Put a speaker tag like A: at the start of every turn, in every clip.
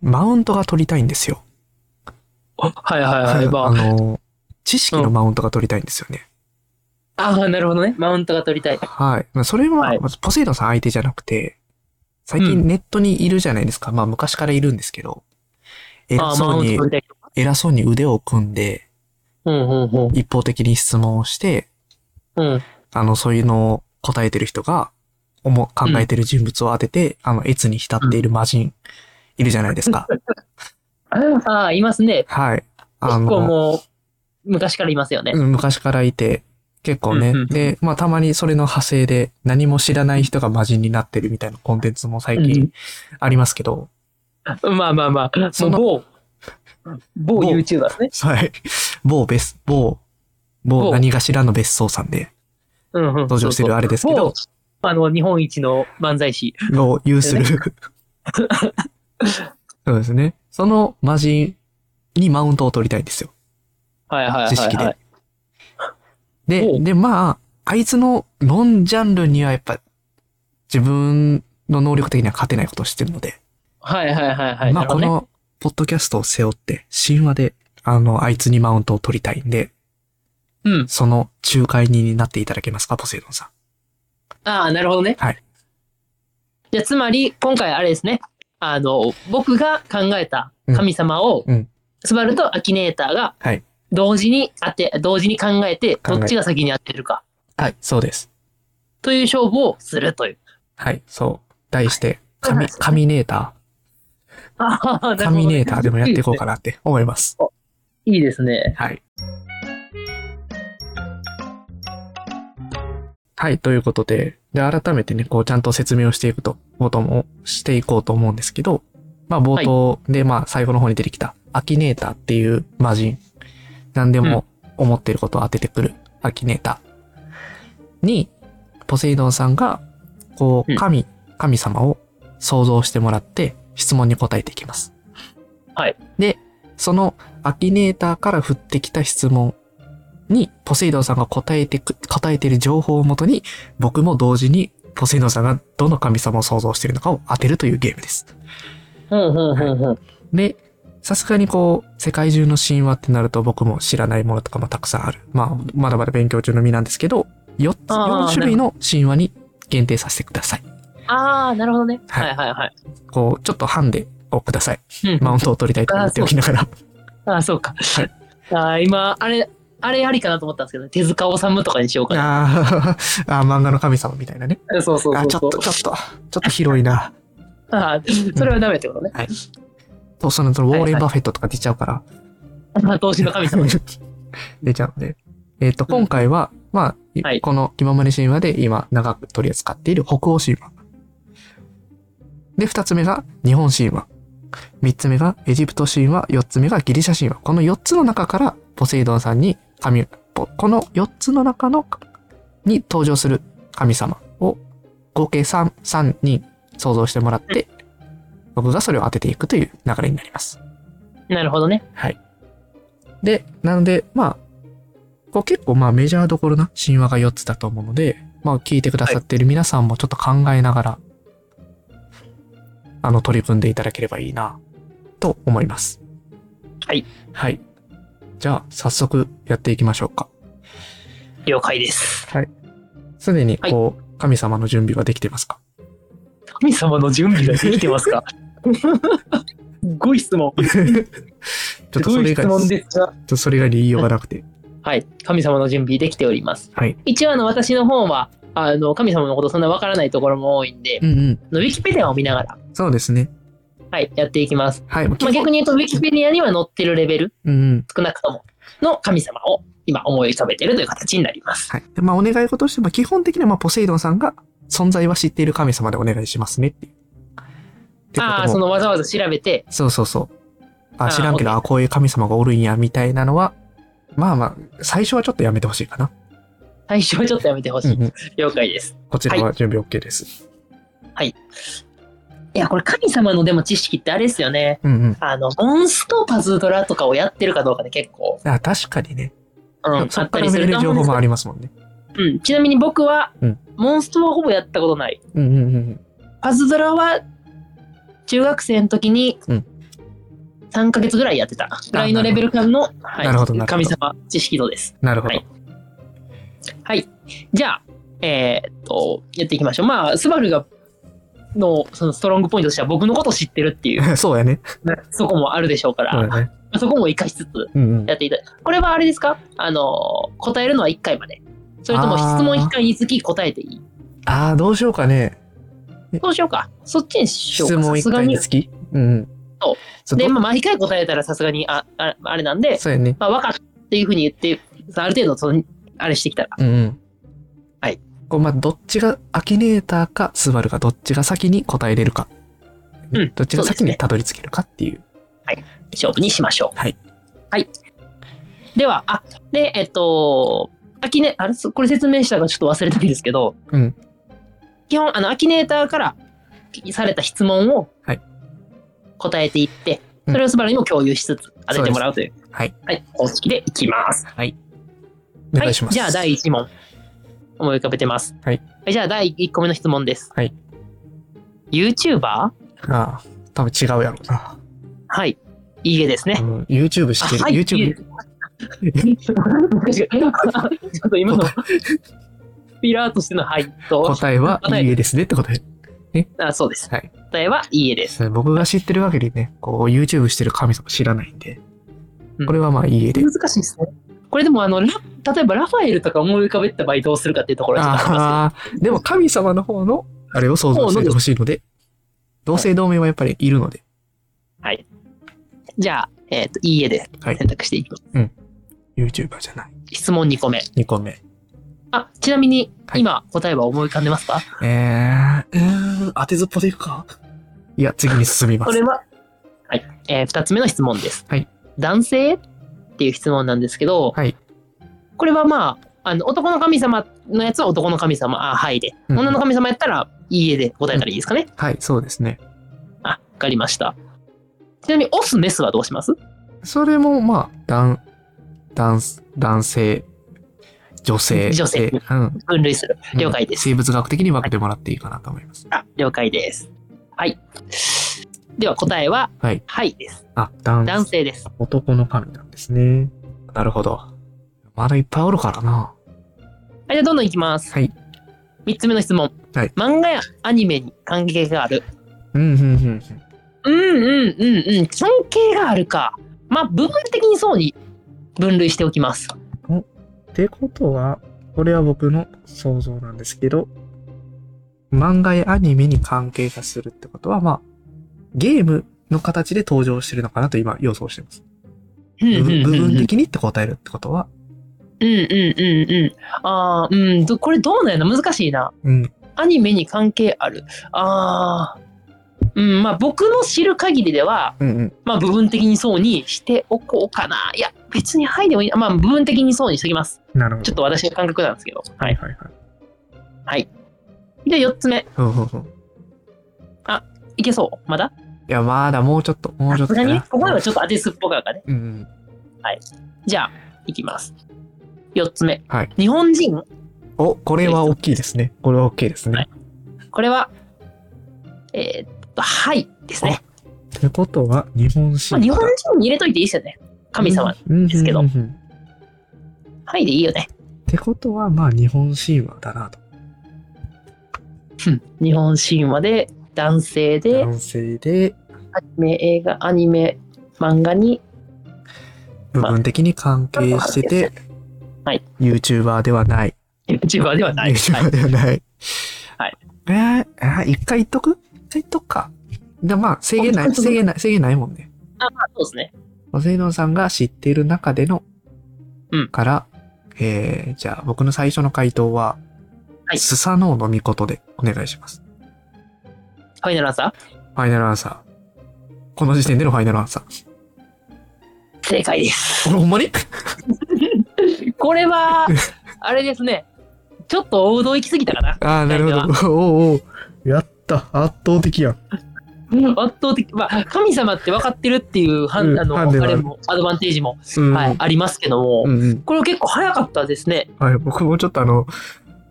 A: マウントが取りたいんですよ。
B: はいはいはい。ま
A: あの、知識のマウントが取りたいんですよね。
B: あ、ああ、なるほどね。マウントが取りたい。
A: はい。まあ、それ
B: は
A: は、
B: い
A: まずポセイドンさん相手じゃなくて、最
B: う
A: 近
B: ん
A: ネットにいるじゃないですか。まあ昔からいるんですけど、
B: あ
A: 偉
B: あ、マ
A: そ
B: ウ
A: う
B: ント
A: に
B: 取り、たい。
A: 偉そうに腕を組んで、
B: うんうんうん。
A: 一方的に質問をして、
B: うん。
A: あの、そういうのを答えてる人が、思う考えてる人物を当てて、あの、越に浸っている魔人、いるじゃないですか。
B: ああ、いますね。
A: はい。あ
B: 結構
A: の、
B: もう、昔からいますよね。
A: うん昔からいて、結構ね。
B: うんうん
A: で、まあ、たまにそれの派生で、何も知らない人が魔人になってるみたいなコンテンツも最
B: う
A: 近
B: ん
A: ありますけど、
B: まあまあまあ、
A: そ
B: そ
A: の
B: の某、某
A: 某
B: YouTuber ですね。
A: はい。某別、某、某
B: 某
A: 何かしらの別荘さんで
B: うんうん。
A: 登場してるあれですけど、
B: 某。あの、日本一の漫才師。
A: を有 する。そうですね。その魔人にマウントを取りたいんですよ。
B: はいはいはい、は
A: 知
B: い。
A: 識で。で、
B: 某
A: で、まあ、あいつのノンジャンルにはやっぱ自分の能力的には勝てないことをしてるので、
B: はいはいはいはい。
A: まあ
B: なる
A: こ
B: ほどね
A: のポッドキャストを背負って神話であの、あいつにマウントを取りたいんで、
B: うん。
A: その仲介人になっていただけますか、ポセイドンさん。
B: ああ、なるほどね。
A: はい。
B: じゃあ、つまり、今回あれですね。あの、僕が考えた神様を、
A: うんうん
B: スバルとアキネーターが
A: はい、
B: 同時に当て、同時に考えて、
A: 考え
B: どっちが先に当てるか、
A: はい、そうです。
B: という勝負をするという。
A: はい、そう。題して、
B: はい
A: 神、神ネータ
B: あ
A: ー、
B: あ、なるほどね
A: 神ネーターでもやっていこうかなって思います。
B: いいですね。
A: はい。はい、ということで、で、改めてね、こう、ちゃんと説明をしていくと、ことも、していこうと思うんですけど、まあ、冒頭で、まあ、最後の方に出てきた、アキネーターっていう魔人、何でも思ってることを当ててくる、アキネーターに、ポセイドンさんが、こ
B: う
A: う、
B: ん
A: 神、神様を想像してもらって、質問に答えていきます。
B: はい。
A: で、そのアキネーターから降ってきた質問に、ポセイドンさんが答えてく、答えている情報をもとに、僕も同時に、ポセイドンさんがどの神様を想像しているのかを当てるというゲームです。
B: うんうんうんうん。
A: で、さすがにこう、世界中の神話ってなると僕も知らないものとかもたくさんある。まあ、まだまだ勉強中の身なんですけど、4つ、
B: あー
A: 4種類の神話に限定させてください。
B: ああ、なるほどね。
A: は
B: はいいはいはい。
A: こう、ちょっとハンデをください。
B: うん
A: マウントを取りたいと思っておきながら。
B: ああ、そうか。ああ、今、あれ、あれありかなと思ったんですけど、手塚治虫とかにしようかな。
A: あーあー、漫画の神様みたいなね。
B: そうそうそうそう。
A: あ、ちょっと、ちょっと、ちょっと広いな。
B: ああ、それはダメってこ とね。
A: と、その、そのウォー
B: は
A: レ
B: い
A: ン・
B: はい
A: バフェットとか出ちゃうから。
B: ああ、投資の神様。
A: 出ちゃうんで。えっ、と、今回は、まあ、い
B: はい
A: この今まで神話で今長く取り扱っている北欧神話。で、二つ目が日本神話。三つ目がエジプト神話。四つ目がギリシャ神話。この四つの中からポセイドンさんに神、ぽこの四つの中のに登場する神様を合計三三人想像してもらって、僕がそれを当てていくという流れになります。
B: なるほどね。
A: はい。で、なので、まあ、こう結構まあメジャーどころな神話が4つだと思うので、まあ聞いてくださっている皆さんもちょっと考えながら、あの、取り組んでいただければいいな、と思います。
B: はい。
A: はい。じゃあ、早速やっていきましょうか。
B: 了解です。
A: すでに、こう、神様の準備はできてますか
B: 神様の準備ができて ますかごい質問。
A: ちょっと
B: ご
A: それ
B: い
A: 以
B: 質
A: 外、
B: 問
A: ちょ
B: ですが。
A: っとそれ以外に言いようがなくて。
B: はい。神様の準備できております。
A: はい。
B: 一応、あの、私の方は、あの、神様のことそんなわからないところも多いんで
A: う、んうん。
B: あのウィキペディアを見ながら、
A: そうですね。
B: はい、やっていきます。
A: はい。
B: まあ、逆に言うと、ウィキペディアには載ってるレベル、
A: うんうん。
B: 少なくとも、の神様を今思い浮かべてるという形になります。
A: はい。で、まあ、お願い事として、まあ、基本的には、まあ、ポセイドンさんが存在は知っている神様でお願いしますねっていう。ってことも
B: ああ、そのわざわざ調べて、
A: そうそうそう。あ、
B: あー
A: 知らんけど、
B: OK
A: あ、こういう神様がおるんや、みたいなのは、まあまあ、最初はちょっとやめてほしいかな。
B: 最初はちょっとやめてほしい。
A: うんうん
B: 了解です。
A: こちらは準備 OK です。
B: いや、これ神様のでも知識ってあれですよね。
A: うんうん。
B: あの、モンストパズドラとかをやってるかどうかで結構、
A: あ確かにね。
B: うん、あ
A: そ
B: っ
A: っか
B: た
A: ら
B: り
A: 見
B: す
A: れ
B: る
A: る
B: と
A: 情
B: 思うん
A: 報
B: です
A: も
B: け
A: ありますもんね。
B: ど、うん、ちなみに僕は、
A: うん
B: モンストはほぼやったことない。
A: うんうんうん。
B: パズドラは、中学生の時に
A: うん、
B: 3ヶ月ぐらいやってたぐらいのレベル感の、はい、
A: なるほどなるほど
B: 神様知識度です。
A: なるほど。
B: はいはい。じゃあ、えーっと、やっていきましょう。まあ、スバルが、の、そのストロングポイントとしては僕のこと知ってる っていう、
A: そうやね。
B: そこもあるでしょうから、
A: そうやね。
B: そこも活かしつつ
A: うんうん
B: やっていただこれはあれですかあの、答えるのは1回まで。それとも質問1回につき答えていい
A: ああ、どうしようかね。
B: そうしようか。そっちにしよう
A: 質
B: か。
A: 問
B: さす
A: 一
B: が
A: 回
B: に
A: に。つき。うんうん。
B: そう
A: そう。
B: で、
A: ど
B: まあ、毎回答えたらさすがに、あ、ああれなんで、
A: そうやね。
B: まあ、分かったっていうふうに言って、ある程度、その、あれしてきたら。
A: うんうん。
B: はい。
A: こう、まあ、どっちが、アキネーターか、スバルがどっちが先に答えれるか。
B: うん
A: どっちが先
B: そうです
A: に
B: ね
A: たどり着けるかっていう。
B: 勝負にしましょう。
A: はい。
B: はい。では、あ、で、えっと、アキネ、あれ、そこれ説明したからちょっと忘れたんですけど、
A: うん
B: 基本、あの、アキネーターからされた質問を
A: はい
B: 答えていって、
A: うん
B: それをスバルにも共有しつつ当ててもらうという、
A: はい。
B: はい、方式でいきます。
A: お願いします。
B: はい、じゃあ、第1問、思い浮かべてます。
A: はい。
B: じゃあ、第1個目の質問です。
A: はい。
B: YouTuber?
A: ああ、多分違うやろうな。
B: はい。いいえですね。
A: うん、YouTube 知ってる。
B: あはい
A: YouTube。
B: ちょっと今の、ピラーとしてのはいと、
A: 答えは、
B: 答え
A: いいえですねって答え。
B: あそうです。
A: はい
B: 答えは、いいえです。
A: それ僕が知ってるわけでね、こう、YouTube してる神様知らないんで
B: う。ん
A: これはまあ、いいえで。
B: 難しいですね。これでも、あの、ラ例えばラファエルとか思い浮かべた場合どうするかっていうところはちょっとありま
A: ああ、でも神様の方の、あれを想像しててほしいので、同姓同名はやっぱりいるので、
B: す。じゃあ、えっ、と、いいえで
A: はい
B: 選択していきます。
A: YouTuber じゃない。
B: 質問2個目。
A: 2個目。
B: あ、ちなみに、
A: はい
B: 今、答えは思い浮かんでますか
A: えー、うーん、当てずっぽでいくかいや、次に進みま
B: こ
A: す
B: れ。は、はい。えー、2つ目の質問です。
A: はい
B: 男性っていう質問なんですけど、
A: はい
B: これはまあ、あの男の神様のやつは男の神様、あ、はいで。
A: うんうん
B: 女の神様やったら、いいえで答えたらいいですかね。
A: はい、そうですね。
B: あ、わかりました。ちなみに、オス、メスはどうします
A: それも、まあ、男、男、男性、女性。
B: 女性
A: でうん。
B: 分類する。了解です。
A: 生物学的に分けてもらっていいかなと思います。
B: あ、了解です。はい。では、答えは、
A: はい。
B: はいです。
A: あ、男
B: 男性です。
A: 男の神なんですね。なるほど。まだいっぱいおるからな。
B: はい、じゃあ、どんどんいきます。
A: はい。
B: 3つ目の質問。
A: はい
B: 漫画やアニメに関係がある。
A: うん、うん、うん。
B: うんうんうんうん関係があるかまあ部分的にそうに分類しておきます
A: ってことは、これは僕の想像なんですけど、漫画やアニメに関係がするってことは、まあ、ゲームの形で登場してるのかなと今予想してます。
B: うんうん
A: 部分部
B: うんうん
A: 分
B: うん
A: 的にって答えるってことは、
B: うんうんああうんどこれどうなんやな難しいな
A: うん。
B: アニメに関係あるああうんまあ僕の知る限りでは
A: うんうん。
B: まあ部分的にそうにしておこうかないや別にはいでもいいなまあ部分的にそうにしときます
A: なるほ
B: ちょ
A: ど
B: っ。と私の感覚なんですけどはい
A: はいはい。
B: じゃあ4つ目
A: うんうんうん。
B: い けそうまだ
A: いや、まだもうちょっと、もうちょっ
B: さす
A: と
B: が
A: か
B: に
A: な。
B: ここではちょっと当てすっぽかがね
A: うんうん。
B: じゃあ、いきます。4つ目。
A: はい
B: 日本人
A: お、これは大きいですね。これは大きいです
B: は
A: ね
B: い。これは、えーっと、はいですね。
A: ってことは、日本
B: ま
A: 神
B: あ、
A: 話
B: 日本人に入れといていいですよね。神様。ですけど
A: うんうんうんうん
B: はいでいいよね。
A: ってことは、まあ、日本神話だなと。
B: うん日本神話で、男性で、
A: 男性で、
B: アニメ、映画、アニメ、漫画に、
A: 部分的に関係してて、
B: まあはい、
A: YouTuber ではない。
B: YouTuber ではない。はい
A: YouTuber ではない。
B: はい。
A: えー、えー一回言っとく一回言っとくか。でまあ、制限な
B: あ
A: い、制限ない、制限ないもんね。
B: あ、まあ、そうですね。
A: マセイドンさんが知っている中での、
B: うん
A: から、えー、じゃあ僕の最初の回答は、
B: はい
A: スサノオの御事でお願いします。
B: ファイナルアンサー
A: ファイナルアンサー。この時点でのファイナルアンサー。
B: 正解です。
A: これほんまに
B: これは、 あれですね。ちょっと王道行き過ぎたかな。
A: ああ、なるほど。おうおうやった。圧倒的やん。
B: 圧倒的。まあ、神様って分かってるっていう、はん、あの、
A: うん
B: あ
A: ハンデはある
B: れも、アドバンテージも
A: うん
B: はい、ありますけども、
A: うんうん。
B: これは結構早かったですね。
A: はい、僕もちょっとあの、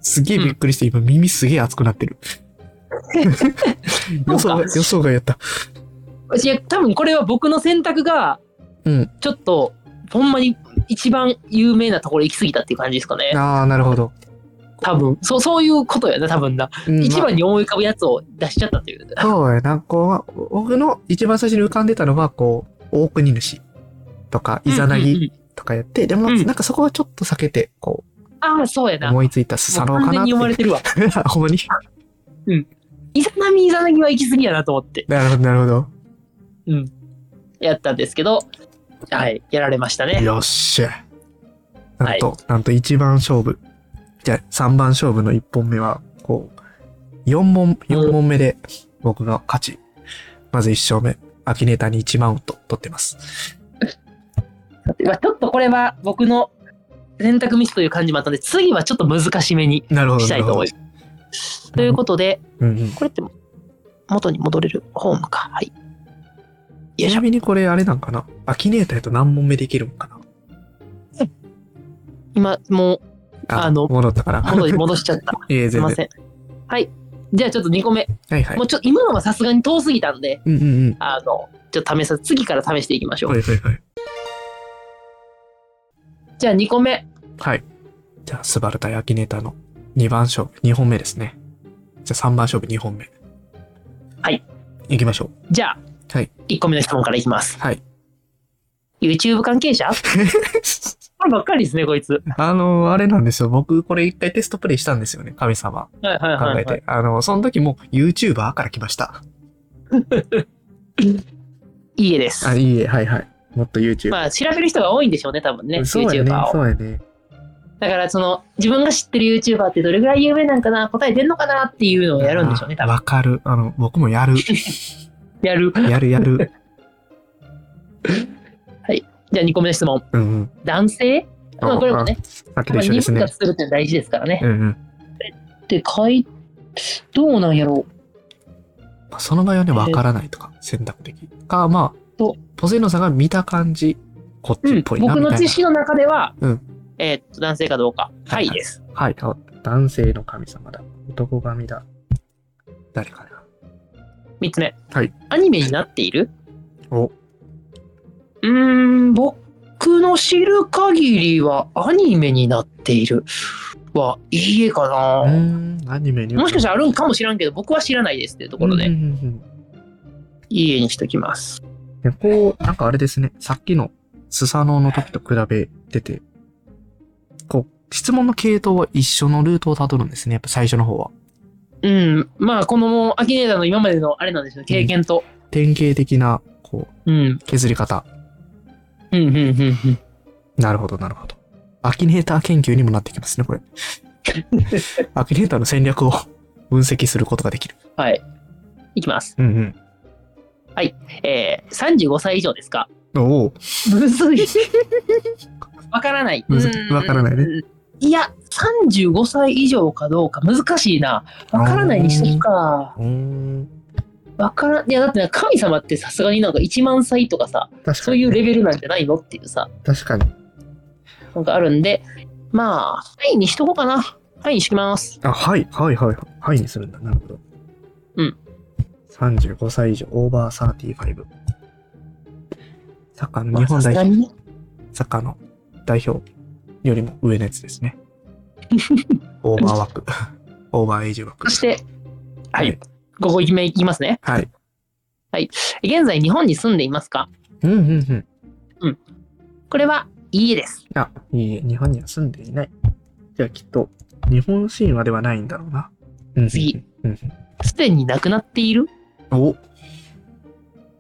A: すげえびっくりして、今 耳すげえ熱くなってる。
B: うか
A: 予想が、予想がやった。
B: いや多分これは僕の選択が
A: うん。
B: ちょっとほんまに一番有名なところ行き過ぎたっていう感じですかね
A: ああ、なるほど。
B: 多分そうそういうことやな多分な、
A: うん
B: 一番に思い浮かぶやつを出しちゃったという
A: まあそうやな。こう、僕の一番最初に浮かんでたのは、こう、大国主とか、イザナ
B: うんうんう
A: ギ
B: ん
A: とかやって、でも、
B: うん
A: なんかそこはちょっと避けて、こ
B: ああそうや
A: う、
B: なも
A: 思いついたス
B: う
A: サノオか
B: 完
A: な
B: 全
A: っ
B: に
A: てい
B: 読まれ
A: う。
B: てるわ
A: ほんまに
B: イザナミイザナギは行き過ぎやなと思って
A: なるほど、なるほど。
B: うんやったんですけどはいやられましたね
A: よっしゃ。なんと、
B: は
A: なんと一番勝負。じゃあ、3番勝負の1本目は、こう、4問、四問目で僕が勝ち。まず1勝目。アキネーターに1マウント取ってます。
B: まあちょっとこれは僕の選択ミスという感じもあったので次はちょっと難しめに
A: なるほど。
B: したいと思い
A: なる
B: ます。ということで、
A: ほどうんうん。
B: これって元に戻れるホームか。はい。よい
A: ち
B: し
A: な
B: ょ。
A: みにこれあれなんかなアキネーターやと何問目できるんかな
B: 今、もうあの
A: 戻ったから。
B: 元に戻しちゃった。
A: いえ、
B: す い
A: 全
B: ま
A: 然。
B: せん。はい。じゃあちょっと2個目。
A: はいはい
B: もう。ちょっと今のはさすがに遠すぎたんで、
A: うんうんうん。
B: あの、ちょっと試さ、次から試していきましょう。
A: はいはいはい。
B: じゃあ2個目。
A: はい。じゃあ、スバル対アキネーターの2番勝負、2本目ですね。じゃあ、3番勝負、2本目。
B: はい。
A: 行きましょ
B: じゃあ、
A: はい
B: 1個目の質問からいきます
A: う。。はい。
B: YouTube 関 係者こればっかりですね、こいつ。
A: あの、あれなんですよ。僕、これ一回テストプレイしたんですよね。神様。
B: はいはい
A: 考
B: はい、は
A: え
B: い。
A: て。あの、その時も YouTuber から来ました。
B: いい絵です。
A: あ、いいえ、はいはい。もっと YouTube。
B: まあ、調べる人が多いんでしょうね、多分ね、
A: そうやね
B: YouTuber を。。
A: そうやね。
B: だからその自分が知ってる YouTuber ってどれぐらい有名なんかな答え出んのかなっていうのをやるんでしょうね
A: あ
B: 多
A: ー
B: 分
A: わかる。あの、僕もやる。
B: やる
A: やるや る。
B: じゃあ2個目の質問
A: うんうん。
B: 男性まあこれもね
A: さっき
B: やっ
A: と
B: ぱ
A: 一緒
B: 妊
A: です
B: 婦
A: ね
B: が。するって大事ですからね
A: うんうん。
B: でかいどうなんやろ
A: まあその場合はね、
B: えー
A: わからないとか、選択的。か、まあ
B: と、
A: ポセイノさんが見た感じ、こっ
B: う、
A: ち
B: う
A: っ
B: ん、
A: ぽいな、
B: 僕
A: み
B: の
A: たい
B: 知
A: な。
B: 識の中では、
A: うん
B: えーっと男性かどうか
A: は
B: はいいです、
A: はい、あ男性の神様だ。男神だ。誰かな。
B: 3つ目、
A: はい
B: アニメになっている
A: お、
B: うーん僕の知る限りはアニメになっているはいい絵か
A: う
B: な、
A: ーん、アニメに。
B: もしかした
A: ら、
B: らあるんかもしらんけど僕は知らないですっていうところで、
A: うんうんうん
B: いい絵にしときます。
A: でこう、なんかあれですね、さっきのスサノオの時と比べてて、こう、質問の系統は一緒のルートをたどるんですね、やっぱ最初の方は。
B: うん。まあ、このアキネーターの今までのあれなんですよ、経験と。
A: 典型的な、こう、
B: うん。
A: 削り方。
B: うん、うん、うん、うん。
A: なるほど、なるほど。アキネーター研究にもなってきますね、こ れ。アキネーターの戦略を分析することができる。
B: はい。いきます。
A: うん
B: えー、35歳以上ですか
A: うん。おお。
B: むずい。わからない。
A: むず
B: うん
A: わからないね。
B: いや、35歳以上かどうか難しいな。わからないにしとくか。
A: うーん。
B: わからん。いや、だってなんか神様ってさすがになんか1万歳とかさ、
A: 確かに。
B: そういうレベルなんじゃないのっていうさ、
A: 確かに。
B: なんかあるんで、まあ、はいにしとこうかな。はいにします。
A: あ、はい、はい、はい、はいにするんだ。なるほど。
B: うん。
A: 35歳以上、オーバー35。サッカーの
B: まあ
A: 日本代
B: さすが
A: 表、
B: にね
A: サッカーの代表よりも上のやつです ね。オーバー枠。オーバーエイジ枠
B: そ。して、はい。ここ目いきますね。
A: はい。
B: 現在、日本に住んでいますか
A: うん、うん、うん。
B: これは、いいえです。
A: あ、いいえ、日本には住んでいない。じゃあきっと、日本神話ではないんだろうな。うん
B: 次。
A: うん
B: すでに亡くなっている
A: うんお、
B: こ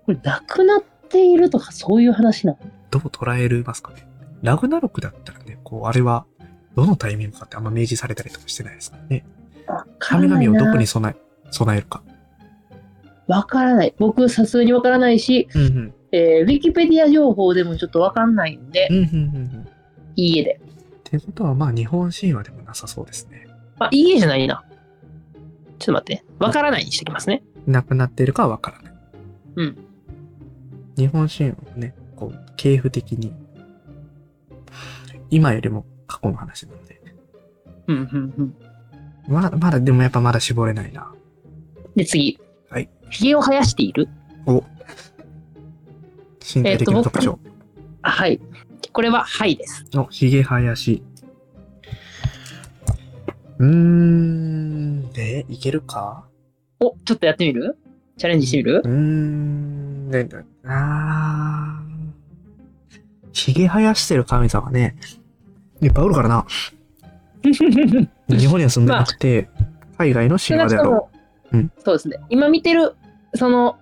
B: れ、亡くなっているとか、そういう話なの
A: どう捉えれますかね。ラグナロクだったらね、こう、あれは、どのタイミングかってあんま明示されたりとかしてないですからね。
B: わから
A: 神
B: ない
A: 々を
B: な。
A: どこに備え、備えるか。
B: わからない。僕、さすがにわからないし、
A: うんうん。
B: えー、ウィキペディア情報でもちょっとわかんないんで
A: う、んうんうん。
B: いいえで。
A: ってことは、まあ、日本神話でもなさそうですね。
B: あ、いいえじゃないな。ちょっと待って。わからないにしてきますね。
A: 亡くなっているかはわからない。
B: うん。
A: 日本神話もね、こう、系譜的に、今よりも過去の話なので。
B: うん、うん、うん。
A: まだ、まだ、でもやっぱまだ絞れないな。
B: で、次。
A: はい。
B: 髭を生やしている
A: お身体的な特徴。
B: あはい。これは、はいです。
A: のひげ生やし。うーん、で、いけるか
B: お、ちょっとやってみるチャレンジしてみる
A: うーん、で、あー。ひげ生やしてる神様ね。いっぱいおるから な。日本には住んでなくて、海外の神話であろう
B: うんそうですね。今見てる、その、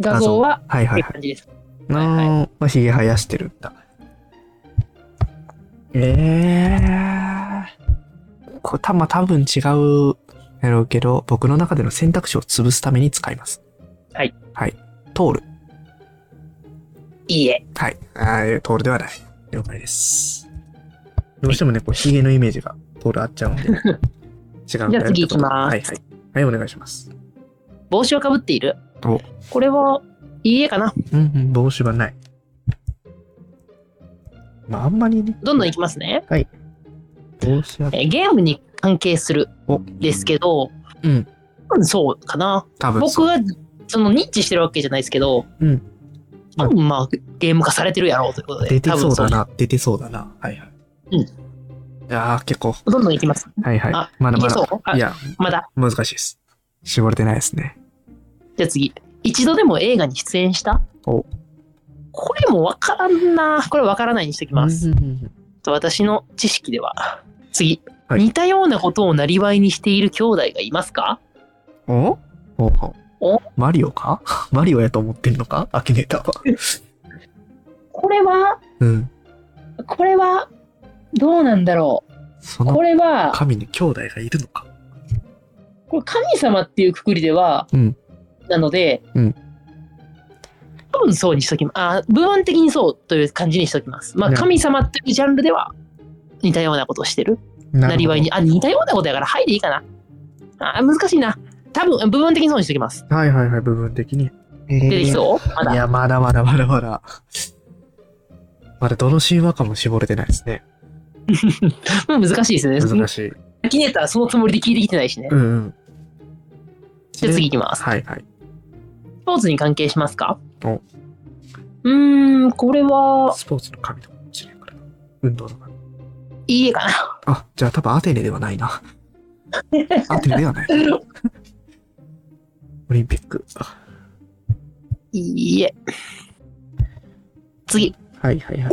B: 画像は
A: う。、はい
B: っ
A: はい
B: ていう
A: はい。
B: 感じです。
A: な
B: は
A: ー、まあ、ひげ生やしてるんだ。えー。これたまあ多分違うやろうけど、僕の中での選択肢を潰すために使います。
B: はい。
A: はい。通る。
B: いいえ。
A: はい。あー通るではない。了解です。どうしてもね、こう、ひげのイメージが通るあっちゃうん で。違うんだよじ
B: じゃあ次行きます
A: はいはい。はい、お願いします。
B: 帽子をかぶっている
A: お。
B: これは、いいえかな。
A: うんうん、帽子はない。まあ、あんまりね、
B: どんどんいきますね。
A: 帽子は
B: えーゲームに関係する
A: お
B: ですけど、
A: うん
B: うんそうかな。
A: 多分
B: 僕
A: そう。
B: はその認知してるわけじゃないですけど、
A: うん
B: 多分まあゲーム化されてるやろうということで、
A: 出てそうだ
B: 多分
A: な、出てそうだな。はいはい。
B: うん
A: いやー、結構。
B: そう。どんどんいきます。
A: はいはい
B: あ。
A: まだま
B: いけ
A: だ
B: そう。あ
A: いや、
B: まだ。
A: 難しいです。絞れてないですね。
B: じゃあ次。一度でも映画に出演した
A: お
B: これもわからんな。これわからないにしておきます。
A: うんうんうん
B: と私の知識では。次、
A: はい
B: 似たようなことをなりわいにしている兄弟がいますか
A: おお
B: お
A: マリオか マリオやと思ってんのかアキネー ターは。
B: これは、
A: うん。
B: これは、どうなんだろう。
A: その
B: れは
A: 神に兄弟がいるのか。
B: これ神様っていうくくりでは、
A: うん
B: なので、
A: うん
B: 多分そうにしときますあ部分的にそうという感じにしときますまあ
A: ね
B: 神様っていうジャンルでは似たようなことをしてる
A: な
B: なりわいに。あ似たようなことやからはいでいいかなあ難しいな多分部分的にそうにしときます
A: はいはいはい、部分的に。
B: 出てきそうま
A: い
B: だ
A: や、まだまだまだまだ。まだどの神話かも絞れてないですね。
B: うん 難しいですね
A: 難しい。
B: アキネーターそのつもりで聞いてきてないしね
A: うんうん。
B: じゃあ次いきます
A: はいはい。
B: スポーツに関係しますか
A: お
B: うーんこれは
A: スポーツの神とかもしれんからな。運動の神。
B: いいえかな
A: あ、じゃあ多分アテネではないな。アテネではない。オリンピック。
B: いいえ次
A: はいはいは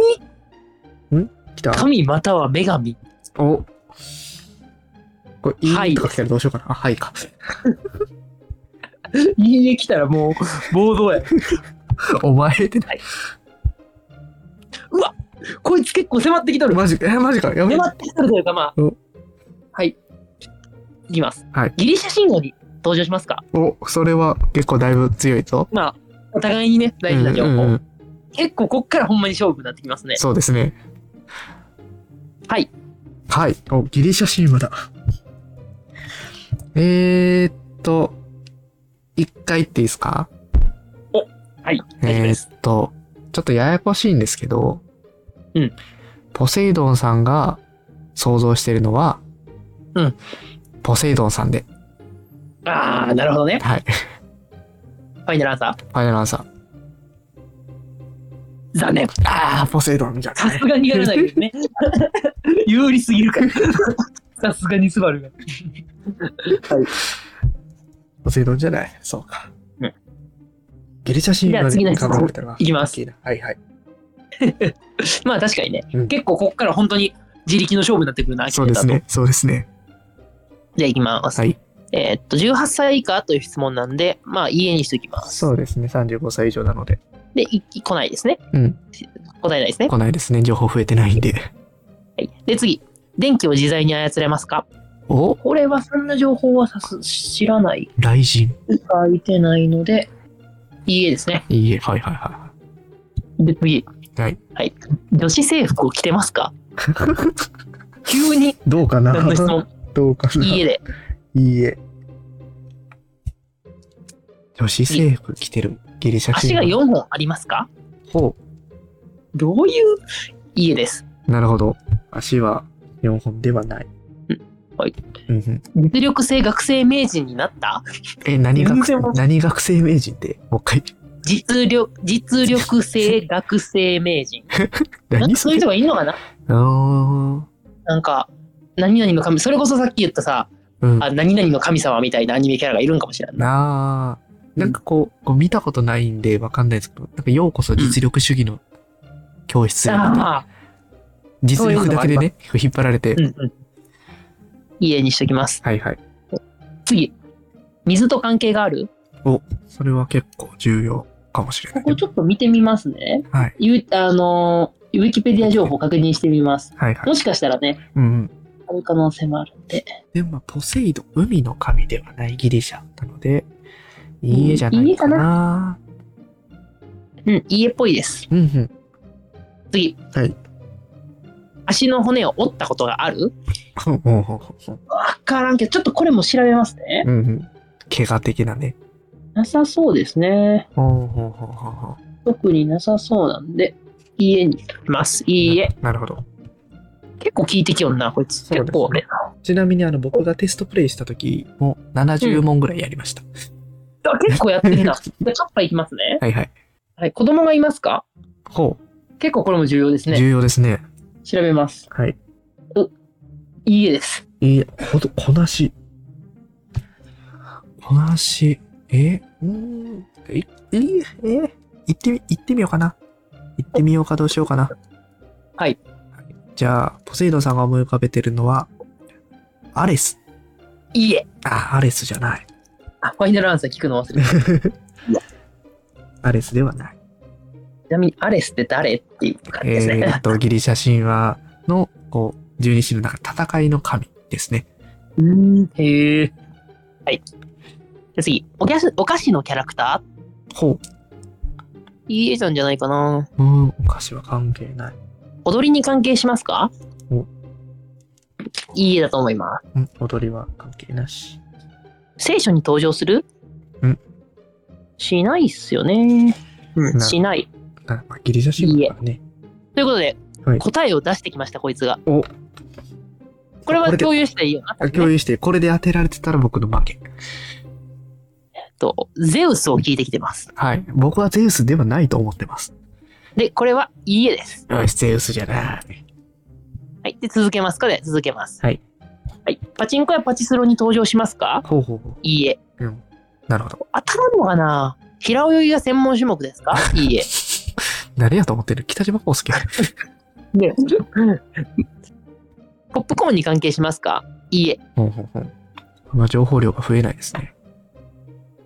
A: い。ん来た
B: 神または女神。
A: おこれ、
B: はいい
A: いとか来たらどうしようかな。あ、はいか。
B: いいえ来たらもう、暴動や。
A: お前ってな。
B: こいつ結構迫ってきとる。
A: マジか、え、マジか。やめ
B: 迫ってきとるというか、まあ
A: お。
B: はい。いきます。
A: はい
B: ギリシャ神話に登場しますか
A: お、それは結構だいぶ強いぞ。
B: まあ、お互いにね、大事な情報。
A: うんうんうん
B: 結構こっからほんまに勝負になってきますね。
A: そうですね。
B: はい。
A: はい。お、ギリシャ神話だ。えー、っと、一回言っていいですか
B: はい。大
A: え
B: 丈夫です。
A: ーっと、ちょっとややこしいんですけど、
B: うん
A: ポセイドンさんが想像してるのは、
B: うん
A: ポセイドンさんで、
B: ああ、なるほどね。
A: はい。
B: ファイナルアンサー。
A: ファイナルアンサー。
B: 残念。
A: ああ、ポセイドンみたい
B: さすがにやらないですね。有利すぎるから。さすがにスバルが。
A: ポセイドンじゃない。そうか。
B: うん
A: ギリシャ神
B: じゃあ次
A: 話
B: の
A: に
B: 質問
A: 関われたら
B: いきます。
A: はいはい。
B: まあ確かにね、
A: うん
B: 結構ここから本当に自力の勝負になってくるな、
A: そうですね。そうですね。
B: じゃあ行きます。
A: はい。
B: えーっと、18歳以下という質問なんで、まあ、家にしときます。
A: そうですね。35歳以上なので。
B: で、い来ないですね。
A: うん。
B: 答えないですね。
A: 来ないですね。情報増えてないんで。
B: はい、で、次。電気を自在に操れますか
A: お
B: これはそんな情報はさす知らない。
A: 雷神。
B: 書いてないので、いいえですね。
A: いいえ。はいはいは
B: で、次。
A: い。はい。
B: はい。女子制服を着てま すか急に
A: どうかな
B: 何の質問
A: どうかない
B: い えで。
A: いいえ。女子制服着てる。ギリシャ
B: 足が4本ありますか
A: ほ
B: どういういいえです。
A: う。なるほど。足は4本ではない。
B: うんはい。
A: うんうん、
B: 実力性学生名人になった
A: え、何
B: 全
A: 学
B: 然わか
A: 何学生名人ってもう一回。
B: 実力、実力性学生名人。な ん
A: 何
B: かそ
A: そう
B: いう
A: れ
B: 人がいるのかな
A: あー
B: なんか、何々の神、それこそさっき言ったさ、
A: うん。
B: あ何々の神様みたいなアニメキャラがいるんかもしれない。
A: なあ。なんかこう、こう見たことないんでわかんないですけど、なんかようこそ実力主義の教室みたいな
B: ああ、
A: 実力だけでね、引っ張られて、
B: うんうん。家にしときます。
A: はいはい。
B: 次。水と関係がある
A: それは結構重要かもしれな
B: こ
A: い。
B: こちょっと見てみますね。
A: はい。
B: ゆあのー、ウィキペディア情報確認してみます。
A: はいはい。
B: もしかしたらね、
A: うんうん。
B: ある可能性もあるんで。
A: でもまあ、ポセイドン、海の神ではないギリシャなので、いい絵じゃないかな。
B: うん、家っぽいです。
A: うんうん。
B: 次。
A: はい。
B: 足の骨を折ったことがある
A: ほうほうほうほう
B: わからんけど、ちょっとこれも調べますね。
A: うんうん。怪我的なね。
B: なさそうですね。
A: ほうほうほうほうほう。
B: 特になさそうなんで、家に行きます。いいえ。
A: なるほど。
B: 結構聞いてきよんな、こいつ。
A: そうですね
B: 結構ね。
A: ちなみにあの僕がテストプレイした時も70問ぐらいやりました。
B: あ結構やってるな。 じゃあちょっと行きますね。
A: はいはい。
B: はい。子供がいますか
A: ほ
B: 結構これも重要です
A: う、
B: ね。
A: 重要ですね。
B: 調べます。
A: はい。
B: いいえです。
A: いいほど、こなし。こなし。えうーん。い、いえ行ってみ、行ってみようかな。行ってみようかどうしようかな。
B: はい。
A: じゃあ、ポセイドンさんが思い浮かべてるのは、アレス。
B: いいえ。
A: あ、アレスじゃない。
B: あ、ファイナルアンサー聞くの 忘れてた。ち
A: アレスではない。
B: なみに、アレスって誰っていう感じですね。
A: えーっ と、ギリシャ神話の、こう、十二神の中、戦いの神ですね。
B: うーん。 へえ。はい。じゃあ次。お菓子、お菓子のキャラクター
A: ほ
B: いいえさんじゃないかな。
A: う。うん、お菓子は関係ない。
B: 踊りに関係しますか
A: お
B: いいえだと思います。
A: うん、踊りは関係なし。
B: 聖書に登場する
A: うん。
B: しないっすよね。う、
A: なん
B: しない。
A: あまあ、ギリシャ神話だからね。
B: ということで、
A: はい
B: 答えを出してきました、こいつが。
A: お
B: これ
A: こ
B: は
A: れで
B: 共有したらいいよな。
A: 共有して、これで当てられてたら僕の負け。
B: えっと、ゼウスを聞いてきてます。
A: はい。僕はゼウスではないと思ってます。
B: で、これは、いいえです。
A: よし、ゼウスじゃない。
B: はい。で、続けますかで、続けます。
A: はい。
B: はい。パチンコやパチスロに登場しますか
A: ほうほうほう。
B: いいえ。
A: うん。なるほど。
B: 当たるのかな平泳ぎが専門種目ですかい いえ。
A: 誰やと思ってる北島康介。
B: ね、ポップコーンに関係しますかいいえ。
A: ほうほうほう。まあ、情報量が増えないですね。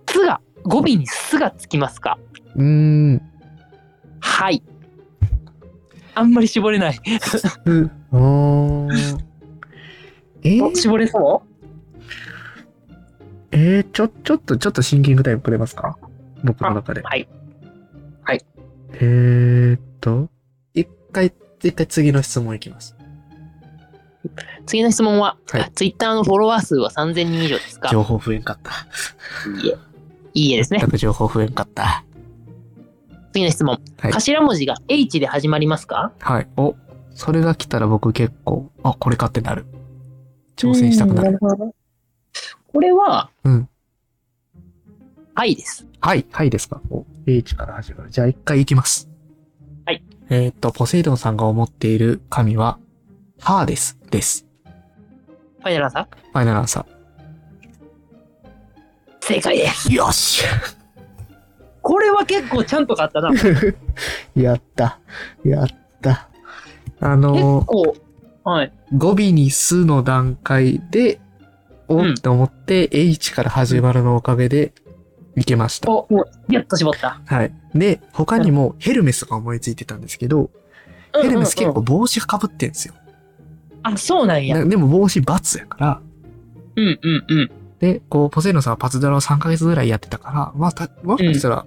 B: すが、語尾にすがつきますか
A: うーん。
B: はい。あんまり絞れない。
A: うん。え
B: お
A: ー、
B: 絞れそう
A: えー、ちょ、ちょっと、ちょっとシンキングタイムくれますか僕の中で。
B: はい。
A: えーっと、一回、一回次の質問いきます。
B: 次の質問は、
A: はい
B: ツイッターのフォロワー数は3000人以上ですか
A: 情報増えんかった。
B: いいえ。いいえですね
A: 全。く情報増えんかった。
B: 次の質問。
A: はい
B: 頭文字が H で始まりますか
A: はい。お、それが来たら僕結構、あ、これかってなる。挑戦したくなる。
B: うんほどこれは、
A: うん
B: はいです。
A: はい。はいですか。お、H から始まる。じゃあ一回行きます。
B: はい。
A: えーっと、ポセイドンさんが思っている神は、ハーデスです。
B: ファイナルアンサー
A: ファイナルアンサ
B: 正解です。
A: ー。よし
B: これは結構ちゃんと買ったな。結
A: やった。やった。あのー、
B: 構。はい。
A: 語尾にすの段階で、お
B: うん
A: って思って、H から始まるのおかげで、いけました。
B: お、もう、やっと絞った。
A: はい。で、他にもヘルメスが思いついてたんですけど、ヘルメス結
B: うんう
A: 構
B: ん
A: 帽子かぶってんですよ。
B: うん。あ、そうなんや。
A: なでも帽子バツやから、
B: うんうんうん。
A: で、こう、ポセイドンさんはパズドラを3ヶ月ぐらいやってたから、まあ、た、もしかしたら、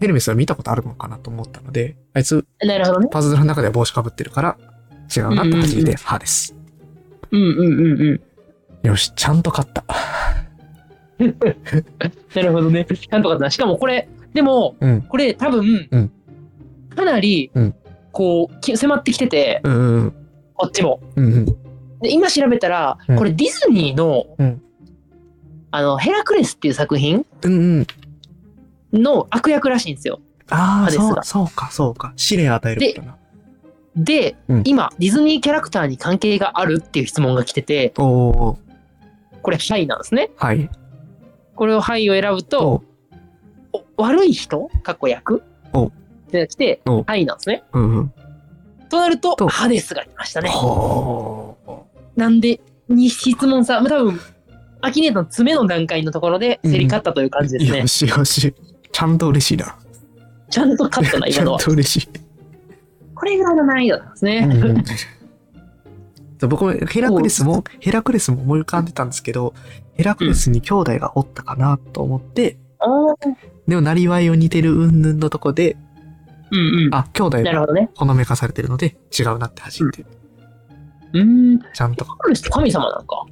A: ヘルメスは見たことあるのかなと思ったので、あいつ、
B: なるほどね。
A: パズドラの中では帽子かぶってるから、違うなって感じで、歯です。
B: うんうんうんうん。
A: よし、ちゃんと勝った。
B: なるほどね。ちゃんと買ったな。しかもこれ、でも、
A: うん。
B: これ多分、
A: うん
B: かなり、
A: うん
B: こうき、迫ってきてて、
A: うんうん
B: こっちも。
A: うん。うんうん。
B: で今調べたら、
A: うん
B: これディズニーの、
A: うん
B: あのヘラクレスっていう作品
A: うんうん。
B: の悪役らしいんですよ。
A: ああ、
B: ハデス
A: そう
B: だ
A: そうか、そうか。試練与えることな。
B: で、
A: うん
B: 今、ディズニーキャラクターに関係があるっていう質問が来てて、
A: おおー
B: これ、はいなんですね。
A: はい。
B: これをはいを選ぶと、
A: お
B: お悪い人かっこ役
A: お
B: って来て、
A: お
B: はいなんですね。
A: うんうん。
B: となると、
A: と
B: ハデスが来ましたね。
A: ほう。
B: なんで、に質問さ、まあ、多分アキネーターの爪の段階のところで競り勝ったという感じですね。
A: よしよし。ちゃんと嬉しいな。
B: ちゃんと勝ったな、
A: ち
B: 今
A: ゃ
B: の
A: ん
B: は。
A: と嬉しい。
B: これぐらいの難易度なんですね。
A: そう僕もヘラクレスも、ヘラクレスも思い浮かんでたんですけど、ヘラクレスに兄弟がおったかなと思って、
B: おー
A: でも、なりわいを似てる云々のとこで、
B: うんうん。
A: あ、兄弟
B: なる
A: が
B: ほどね。
A: ほのめかされてるので、違うなって走ってる。
B: うーん。
A: ちゃんと。
B: パルスって神様なのか。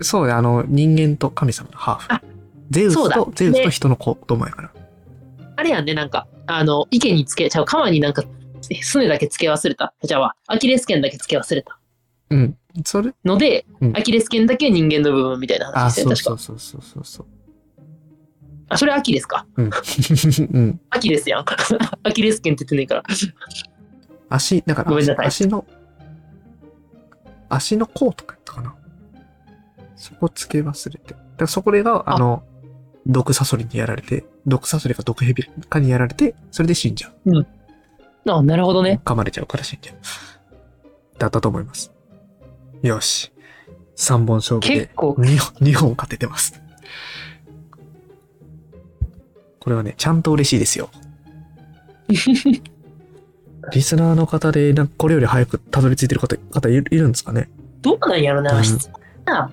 A: そうね、あの、人間と神様のハー
B: あ
A: フ。ゼウ
B: そう
A: ス
B: だ
A: と、ゼウスと
B: ね
A: 人の子供やから。
B: あれやんね、なんか、あの、池につけ、ちゃう、川になんか、すねだけつけ忘れた。じゃあ、アキレス腱だけつけ忘れた。
A: うん。それ、
B: ので、
A: うん
B: アキレス腱だけ人間の部分みたいな
A: あ、
B: 話です
A: そう
B: よね、確か。
A: そうそうそうそうそう。
B: あ、それアキレスか。
A: うん。うん。
B: アキレスやん。 アキレス腱って言ってねえから。
A: 足、だから
B: ごめんな
A: 足
B: さい
A: 足の、足の甲とかやったかな。そこつけ忘れて。だからそこが、
B: あ
A: あの、毒サソリにやられて、毒サソリか毒ヘビかにやられて、それで死んじゃう。
B: あ、なるほどね。
A: 噛まれちゃうから死んじゃう。だったと思います。よし。3本勝負で
B: 結構
A: 2本 ,2 本勝ててます。これはね、ちゃんと嬉しいですよ。リスナーの方で、なんかこれより早くたどり着いてる方、方いるいるんですかね
B: どうなんやろ
A: う
B: な、
A: ん
B: 質問な。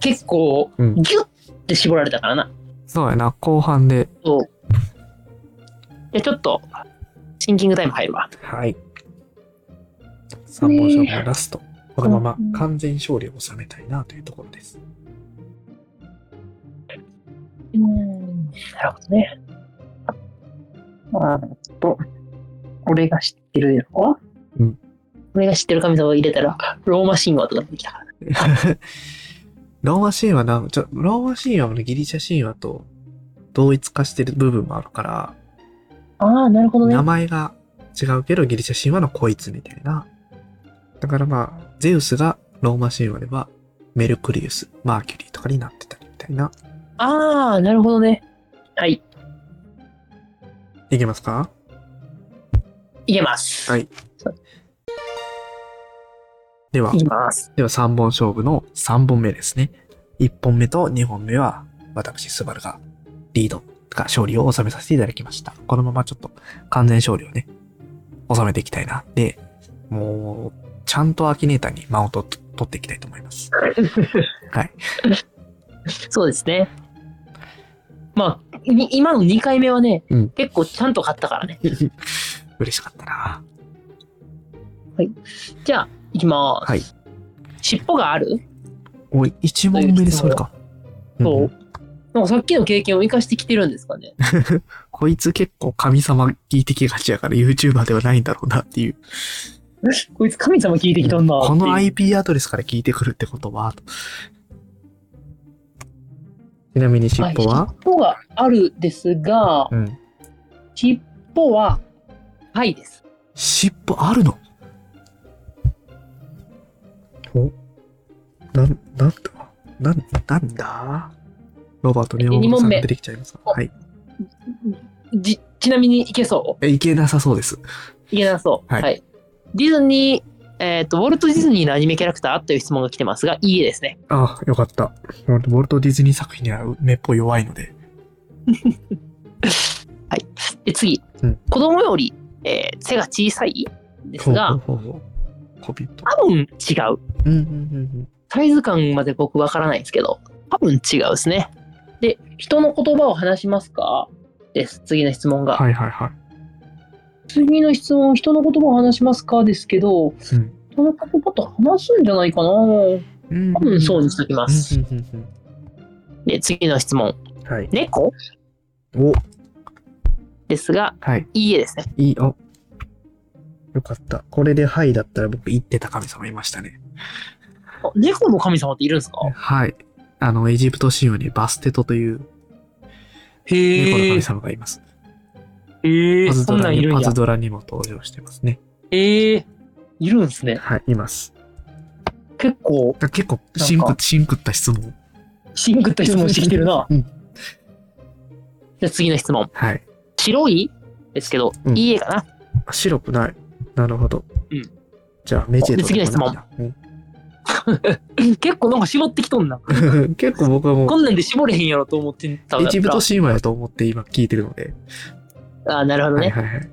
B: 結構、
A: うん
B: ギュッて絞られたからな。
A: そうやな、後半で。
B: そう。じゃあちょっと、シンキングタイム入るわ。
A: はい。3本勝負のラスト。このまま完全勝利を収めたいなというところです。
B: うん、なるほどね。あと、俺が知ってるやろ
A: うん。
B: 俺が知ってる神様を入れたら、ローマ神話とか出てきたから。
A: ローマ神話な、ちょ、ローマ神話もねギリシャ神話と同一化してる部分もあるから、
B: ああ、なるほどね
A: 名。前が違うけどギリシャ神話のこいつみたいな。だからまあ、ゼウスがローマ神話ではメルクリウス、マーキュリーとかになってたりみたいな。
B: ああ、なるほどね。はい、
A: いけますか
B: いけます。
A: はいでは、
B: いきます。
A: では3本勝負の3本目ですね。1本目と2本目は、私、スバルがリード、か勝利を収めさせていただきました。このままちょっと完全勝利をね、収めていきたいな。で、もう、ちゃんとアキネーターにマウントを取取っていきたいと思います。はい。
B: そうですね。まあ、に今の2回目はね、
A: うん
B: 結構ちゃんと勝ったからね。
A: 嬉しかったな。
B: じゃあ、いきます。
A: はい。
B: 尻尾がある
A: おい、1問目でそれか。
B: そ
A: ん
B: う。なんかさっきの経験を生かしてきてるんですか ね。
A: こいつ結構神様聞いてきがちやから YouTuber ではないんだろうなっていう。
B: こいつ神様聞いてきとんなっていう。
A: この IP アドレスから聞いてくるってことは、とちなみに尻尾は、
B: 尻尾があるですが、
A: うん。
B: 尻尾は、はいです。
A: 尻尾あるのおなん、なんだなん、なんだロバートレオン
B: 二
A: さ
B: 問
A: ん
B: 目
A: 出てきちゃいますかはい。
B: じ、ちなみにいけそ
A: え、いけなさそうです。
B: ういけなそう。
A: はい
B: ディズニー、えっ、と、ウォルト・ディズニーのアニメキャラクターという質問が来てますが、いいえですね。
A: あよかった。ウォルト・ディズニー作品には目っぽい弱いので。
B: で、次。
A: うん
B: 子供より、えー背が小さいですが、
A: ほうほうほうほう。コビット。
B: 多分違う。
A: うんうんうん
B: サイズ感まで僕わからないんですけど、多分違うですね。で、人の言葉を話しますかです。次の質問
A: うん。
B: が。
A: はいはいはい。
B: 次の質問、人の言葉を話しますかですけど、
A: うん
B: 人の言葉と話すんじゃないかな多
A: うん
B: 分そうにしときます。
A: うんうんうん
B: で、次の質問。
A: うんはい。
B: 猫
A: お
B: ですが、
A: はい。
B: いいえですね。
A: いい、あ、よかった。これではいだったら僕言ってた神様いましたね。
B: あ猫の神様っているんですか
A: はい。あの、エジプト神話にバステトという、猫の
B: へえ
A: 神。様がいます。
B: へえ。
A: パズ
B: そ
A: ド
B: ん
A: ラ
B: なんい
A: に
B: るん
A: パ
B: や
A: ズ。ドラにも登場してますね。
B: へえ。いるんすね。
A: はい、います。
B: 結構、
A: だから結構、シン
B: なん
A: ク、シンクった質問。
B: シンクった質問してきてるな。
A: うん
B: じゃあ次の質問。
A: はい。
B: 白いですけど、
A: うん
B: いい絵かな。
A: 白くない。なるほど。
B: うん
A: じゃあ、メジェ
B: で次の質問
A: 問。
B: 結構なんか絞ってきとんな。
A: うん 結構僕はもう
B: こ、んなんで絞れへんやろと思ってたわ
A: エジプト神話やと思って今聞いてるので。
B: あーなるほど
A: はい
B: ね。
A: はいはい。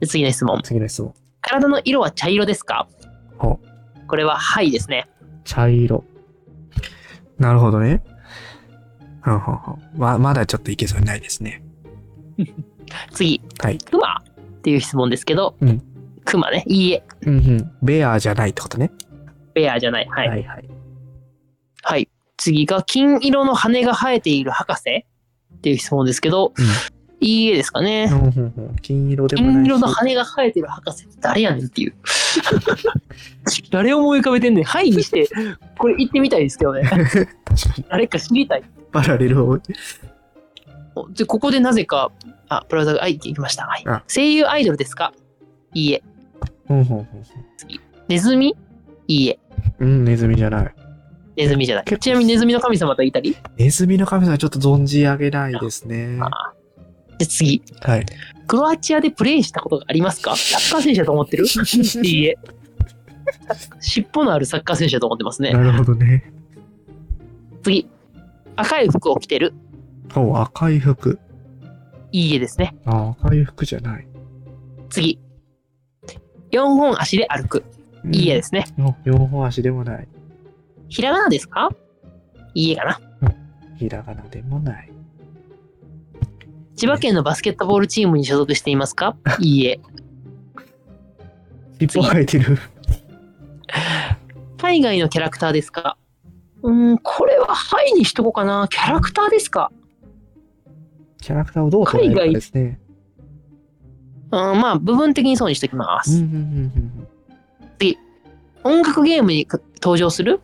B: で次の質問。
A: 次の質問。
B: 体の色は茶色ですか
A: ほ
B: これははいですね。
A: 茶色。なるほどね。はんはんはんままだちょっといけそうにないですね。
B: 次、
A: はい。
B: クマっていう質問ですけど、
A: うん
B: クマね。いいえ、
A: うんうん。ベアじゃないってことね。
B: ベアじゃない。はい。はい。
A: いはい。
B: 次が、金色の羽が生えている博士っていう質問ですけど、
A: うん
B: いいえですかね。
A: うんうんうん金色でもないし。
B: 金色の羽が生えてる博士って誰やね んっていう。誰を思い浮かべてんねん。はいにして、これ行ってみたいですけどね。
A: 確かに。
B: 誰か知りたい。
A: パラレルを。
B: で、ここでなぜか、あ、ブラウザが、はい、行きました。はい
A: あ。
B: 声優アイドルですかいいえ。
A: うんうんうん
B: ネズミいいえ。
A: うん、ネズミじゃない。
B: ネズミじゃない。
A: 結構
B: ちなみにネズミの神様といたり。
A: ネズミの神様はちょっと存じ上げないですね。
B: で、次。
A: はい。
B: クロアチアでプレイしたことがありますかサッカー選手だと思ってるいいえ。尻尾のあるサッカー選手だと思ってますね
A: な。るほどね。
B: 次。赤い服を着てる。
A: お赤い服。
B: いいえですね。
A: あ、赤い服じゃない。。
B: 次。4本足で歩く。いいえですすね。
A: お両方足でもない。
B: ひらがなですかいいえかな。
A: ひらがなでもない。
B: 千葉県のバスケットボールチームに所属していますかいいえ。
A: 尻尾生えてる。
B: 海外のキャラクターですかうーん、これははいにしとこうかな。キャラクターですか
A: キャラクターをどう捉えるかですね。
B: うん、まあ、部分的にそうにしときま
A: うんう
B: す。
A: んうん
B: 音楽ゲームに登場する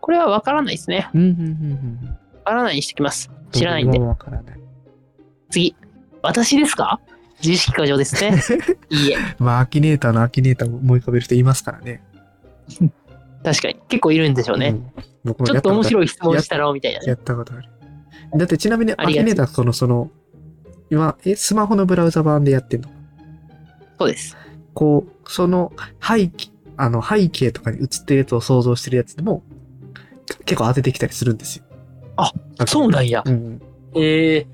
B: これはわからないですね。
A: うんうんうんうん
B: わからないにしてきます
A: う。ん。
B: 知らないんで
A: ど。れもわからない。
B: 次。私ですか自意識過剰です ね。いいえ。
A: まあ、アキネーターのアキネーターを思い浮かべる人いますからね。
B: 確かに。結構いるんでしょう
A: う
B: ね。
A: ん。僕も
B: ちょ
A: や
B: っと
A: たこ
B: 面
A: ある
B: 白い質問したろうみたいなね。
A: やったことある。だってちなみに、
B: あ
A: ア
B: りが
A: キ
B: ち
A: ネーターその、その、今、え、スマホのブラウザ版でやってんの
B: そうです。
A: こう、その背景、あの背景とかに映ってるやつを想像してるやつでも、結構当ててきたりするんですよ。
B: あ、そうなんや。
A: うんうん。
B: ええ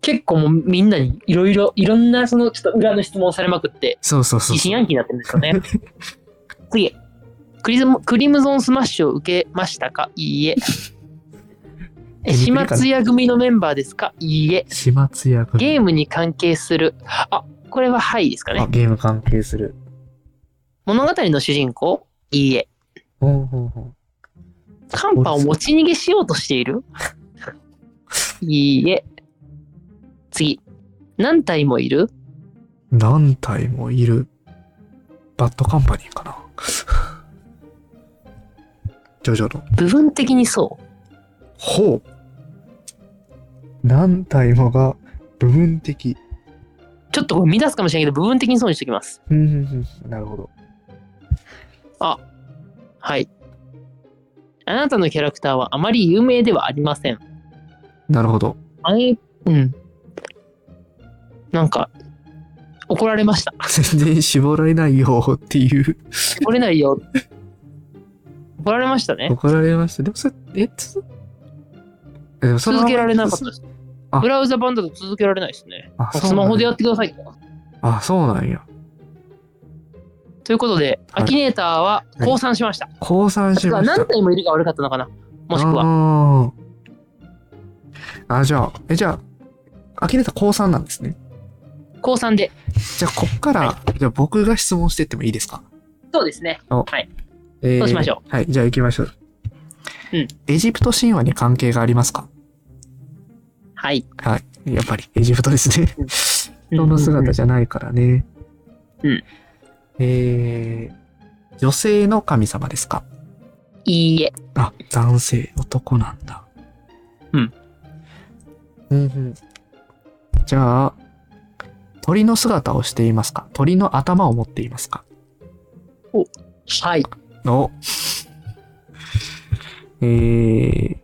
B: 結構もうみんなにいろいろいろんなそのちょっと裏の質問されまくって
A: そうそうそう
B: 疑
A: そう。
B: 心暗鬼になってるんですよ ね。次クリズムクリムゾンスマッシュを受けましたかい いえ。え島津屋組のメンバーですかいいえ。
A: 島津屋君。
B: ゲームに関係する。あこれははいですか
A: あ
B: ね。
A: ゲーム関係する。
B: 物語の主人公いいえ。
A: ほうほうほう。
B: 寒波を持ち逃げしようとしてい るいいえ。次。何体もいる
A: 何体もいる。バッドカンパニーかな。 ジョジョの。
B: 部分的にそう。
A: ほう。何体もが部分的。
B: ちょっとこれ乱すかもしれないけど、部分的にそうにしておきます。
A: うんうんうん。なるほど。
B: はい。あなたのキャラクターはあまり有名ではありません。
A: なるほど。
B: あれ、うん。なんか、怒られま した。
A: 全然絞られないよっていう。
B: 怒れないよ。怒られましたね。
A: 怒られました。でもそれ、え、つえでもその
B: 続けられなかったです
A: あ。
B: ブラウザ版だと続けられないですね。
A: あそうなん
B: スマホでや
A: や
B: ってください。
A: あ、そうなんや。
B: ということで、
A: はい
B: アキネーターは降参しました。
A: 降参し
B: 確か
A: ました
B: 何。体もいるか悪かったのかなもしくは。
A: は。あ、じゃあ、え、じゃあ、アキネタ降参なんですね。
B: 降参で。
A: じゃあ、こっから、じゃあ僕が質問してってもいいですか
B: そうですね。
A: えー
B: そうしましょ
A: う。はい、じゃあ行きましょう。
B: うん
A: エジプト神話に関係がありますか
B: はい。
A: はい。やっぱり、エジプトですね。人の姿じゃないからね。
B: うん。
A: えー、女性の神様ですか
B: いいえ。
A: あ、男性、男なんだ。
B: うん。
A: うんうん。じゃあ、鳥の姿をしていますか鳥の頭を持っていますか
B: はい。
A: お。えー、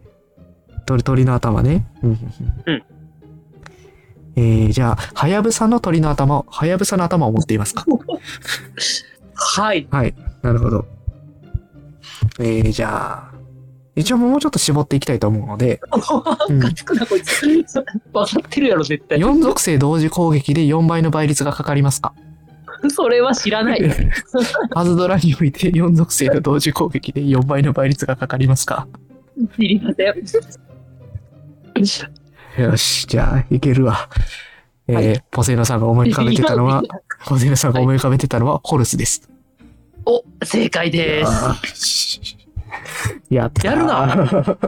A: 鳥、鳥の頭ね。うん。
B: うん
A: えー、じゃあ、はやぶさの鳥の頭を、はやぶさの頭を持っていますか
B: はい。
A: はい。なるほど。えー、じゃあ、一応もうちょっと絞っていきたいと思うので、うん
B: ガチくな、こいつ。わかってるやろ、絶対。
A: 4属性同時攻撃で4倍の倍率がかかりますか
B: それは知らない。
A: パズドラにおいて4属性の同時攻撃で4倍の倍率がかかりますか
B: 知りません。
A: よし、じゃあ、いけるわ。えー
B: は
A: ポセイノさんが思い浮かべてたの は、ポセイノさんが思い浮かべてたのは、ホルスです。
B: お、正解です。
A: あーやったー
B: やるな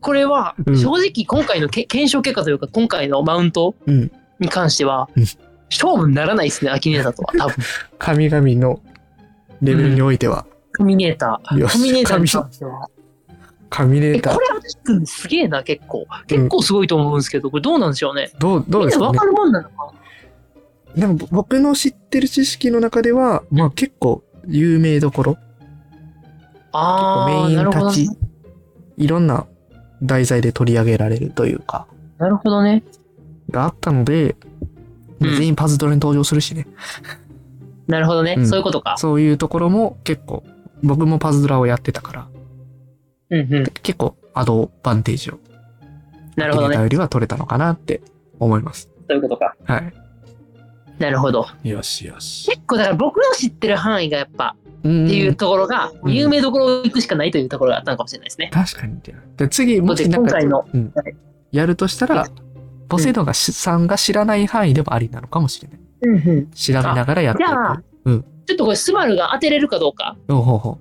B: これは、
A: うん
B: 正直今回のけ検証結果というか、今回のマウント
A: うん
B: に関しては、
A: うん
B: 勝負にならないですね、アキネーターと は。多分。
A: 神々のレベルにおいては、
B: トミネーター。
A: よし
B: トミネーターに関しては。
A: 神レ
B: え、
A: ーター
B: これ私すげえな、結構。結構すごいと思うんですけど、これどうなんでしょうね。
A: どう、どう
B: みん
A: です
B: な
A: か
B: わ
A: ね
B: かるもんなのか。
A: でも僕の知ってる知識の中では、まあ結構有名どころ、
B: あ
A: メ
B: あ、
A: イ
B: な
A: ン
B: るほど
A: た
B: ね
A: ち。、いろんな題材で取り上げられるというか、
B: なるほどね。
A: があったので、
B: うん
A: 全員パズドラに登場するしね。
B: なるほどね。
A: うん
B: そういうことか。
A: そういうところも結構、僕もパズドラをやってたから、
B: うんうん。
A: 結構アドバンテージを、
B: なるほど
A: データ
B: ね。
A: よりは取れたのかなって思います。
B: そういうことか。
A: は
B: なるほど。
A: い。よしよし。
B: 結構だから僕の知ってる範囲がやっぱ、
A: って
B: ってい
A: いう
B: ところが、
A: うん
B: 有名どころを行くしかないというところがあったのかもしれないですね。
A: 確かに。で次、もし
B: で
A: なん
B: 今
A: か、
B: 回の、
A: うんやるとしたら、ポセイドンがしさんが知らない範囲でもありなのかもしれない。
B: うんうん、
A: 調べながらやってい
B: じゃあ
A: く。
B: ちょっとこれスバルが当てれるかどうか、
A: ほうほうほ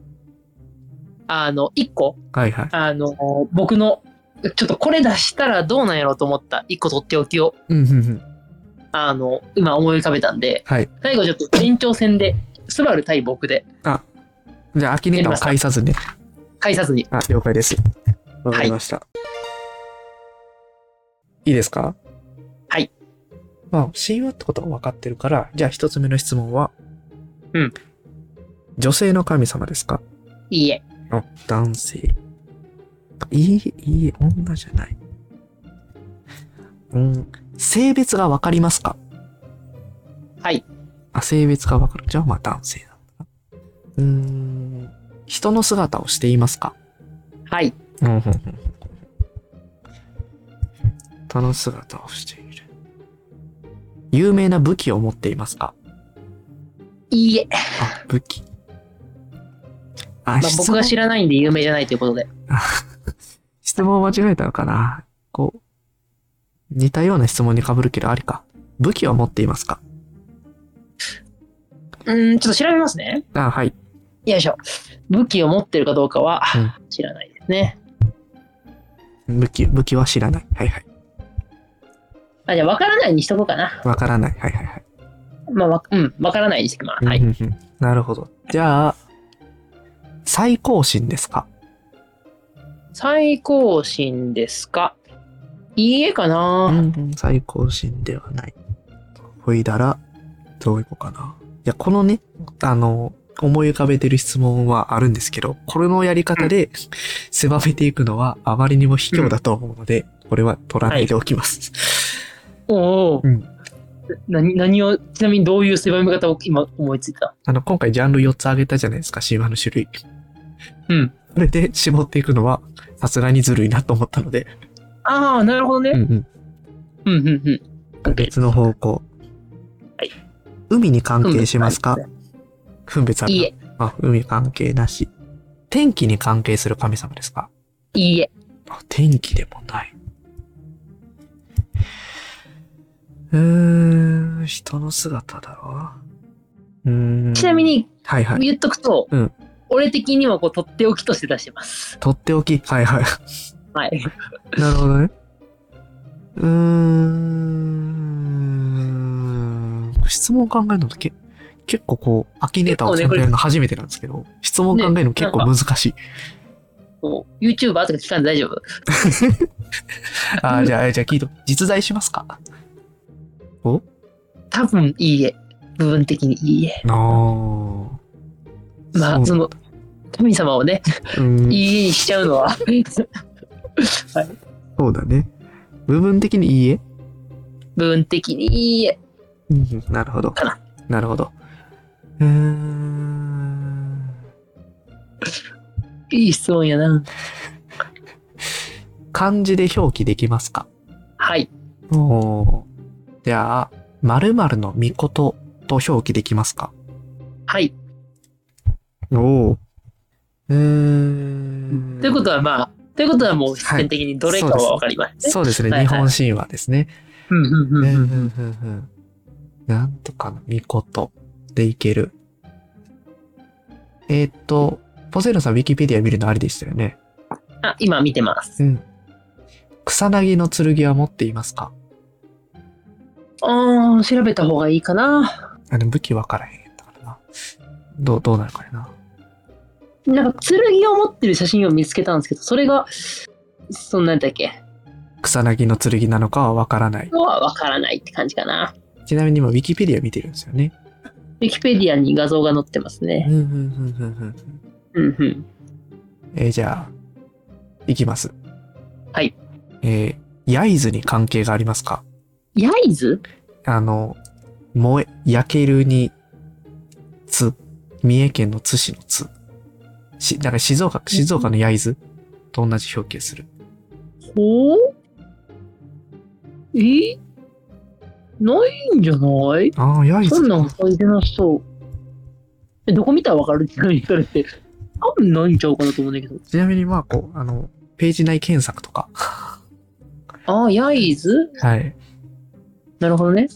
B: あの、一個、
A: う。はいはい。
B: あの、僕の、ちょっとこれ出したらどうなんやろうと思った一個とっておきを、
A: うんうんうん。
B: あの、今思い浮かべたんで、
A: はい。
B: 最後ちょっと延長戦で、スバル対僕で、
A: じゃあ、アキネーターを介さずね。
B: 返さずに。
A: あ、了解です。わかりました。い、いですか
B: はい。
A: まあ、神話ってことが分かってるから、じゃあ一つ目の質問は。
B: うん。
A: 女性の神様ですか
B: いいえ。
A: あ、男性。いいえ、いいえ、女じゃない。うん。性別が分かりますか
B: はい。
A: あ、性別が分かる。じゃあまあ男性なんだな。うーん。人の姿をしていますか
B: はい。
A: うんうんうん他の姿をしている。有名な武器を持っていますか
B: いいえ。
A: あ、武器。あ、
B: まあ、
A: 質
B: 僕
A: 問
B: が知らないんで有名じゃないということで。
A: 質問を間違えたのかなこう、似たような質問に被るけどありか。武器を持っていますか
B: うん、ちょっと調べますね。
A: あ、はい。
B: よいしょ。武器を持ってるかどうかは
A: うん
B: 知らないですね。
A: 武器、武器は知らない。はいはい。
B: あじゃあ、わからないにしとこうかな。
A: わからない。はいはいはい。
B: まあ、わうん、わからないにしてきます。は
A: う
B: い。
A: んうんうん。なるほど。じゃあ、最高神ですか
B: 最高神ですかいいえか
A: う
B: なん
A: うん、最高神ではない。ほいだら、どういこうかな。いや、このね、あの、思い浮かべてる質問はあるんですけど、これのやり方で狭めていくのはあまりにも卑怯だと思うので、これは取らないでおきます。
B: おお、
A: うん
B: な何を、ちなみにどういう狭め方を今思いついた
A: あの、今回ジャンル4つ挙げたじゃないですか、神話の種類。
B: うん。
A: それで絞っていくのは、さすがにずるいなと思ったので、
B: ああ、なるほどね
A: う。ん
B: うん、うん、うん。
A: うん。別の方向。
B: はい。
A: 海に関係しますか
B: うん
A: 分別ある
B: い
A: ない
B: え、
A: あ、海関係なし。天気に関係する神様ですか
B: いいえ。
A: あ、天気でもない。うーん、人の姿だろうーん。
B: ちなみ。に
A: はいはい。
B: 言っとくと、
A: うん
B: 俺的にはこう、とっておきとして出してます。
A: とっておき。はいはい。
B: はい。
A: なるほどね。うーん。質問考えるのってけ結構こう、アキネーターを考えるの初めてなんですけど、質問考えるの結構難しい。
B: こう YouTuber とか聞かんで大丈夫
A: あー、じゃあ、じゃあ聞いと、実在しますかお
B: 多分いいえ。部分的にいいえ。
A: ああ。
B: まあ、その、神様をね、
A: うん、
B: いいえにしちゃうのは。 部
A: そうだね。部分的にいいえ。
B: 分的にいいえ。
A: うんなるほど
B: かな。
A: なるほど。うーん。
B: いい質問やな。
A: 漢字で表記できますか
B: はい。
A: おーじゃあ、〇〇の御事と表記できますか
B: はい。
A: おお。うーん。
B: ということはまあ、ということはもう必然的にどれかはわかりますね。
A: そうです
B: は
A: ね。
B: い
A: 日
B: はい
A: 本神話ですね。
B: うんうんうんうん。
A: うんうんうんうんなんとかの御事でいける。えーっと、ポセイロンさん、ウィキペディア見るのありでしたよね。
B: あ、今見てます。
A: うん。草薙の剣は持っていますか
B: あー、調べた方がいいかな。
A: あの武器分からへんやったからな。どう、どうなるかやな。
B: なんか、剣を持ってる写真を見つけたんですけど、それが、そんなんだっけ
A: 草薙の剣なのかは分からない。
B: はわからないって感じかな。
A: ちなみに今、ウィキペディア見てるんですよね。
B: ウィキペディアに画像が載ってますね。
A: うん、うん、うん、うん、うん。
B: うんうん。
A: えーじゃあ、いきます。
B: はい。
A: えー、焼津に関係がありますか
B: 焼津
A: あの、燃え、焼けるに、津、三重県の津市の津。し、だから静岡、静岡の焼津と同じ表記する。
B: ほうえないんじゃない
A: ああ、焼
B: そ
A: 津
B: ん。なん書いてなそう。えどこ見たらわかるちなみにそれって。多分ないんちゃうかなと思うんだけど。
A: ちなみに、まあ、こう、あの、ページ内検索とか。
B: ああ、焼津
A: はい。
B: なるほどね。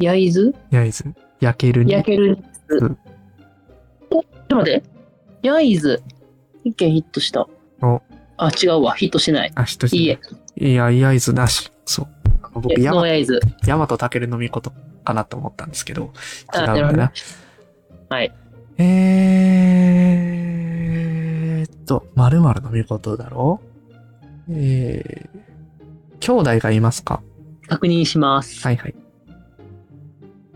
B: 焼津
A: 焼津。焼けるに。
B: 焼ける
A: うん
B: おちょっと待って。焼津。一件ヒットした。
A: お
B: あ、違うわ。ヒットしてない。
A: あ、人
B: いいえ。
A: いや、焼津なし。そう。僕、
B: え
A: ヤ
B: ノ
A: マ
B: ー焼津。
A: ヤマトタケルのみことかなと思ったんですけど、違う
B: あ
A: んだ
B: なるほ
A: よ
B: どね
A: な。
B: はい。
A: えーっと、〇〇のみことだろうえー、兄弟がいますか
B: 確認します。
A: はいはい。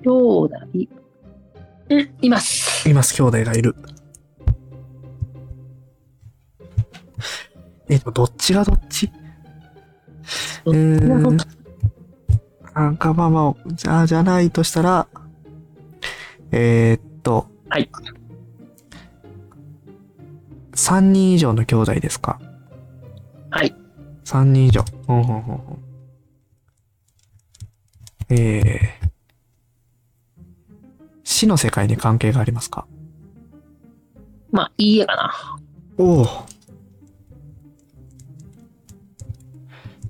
B: 兄弟。うん、います。
A: います、兄弟がいる。え、でもどっちがどっち
B: どっ
A: え
B: ちがどっ
A: ー、なんかまあまあ、じゃあ、じゃないとしたら、えーっと、
B: はい。
A: 3人以上の兄弟ですか
B: はい。
A: 3人以上。ほんほんほんほん。えー、死の世界に関係がありますか
B: まあ、いいえかな。
A: おお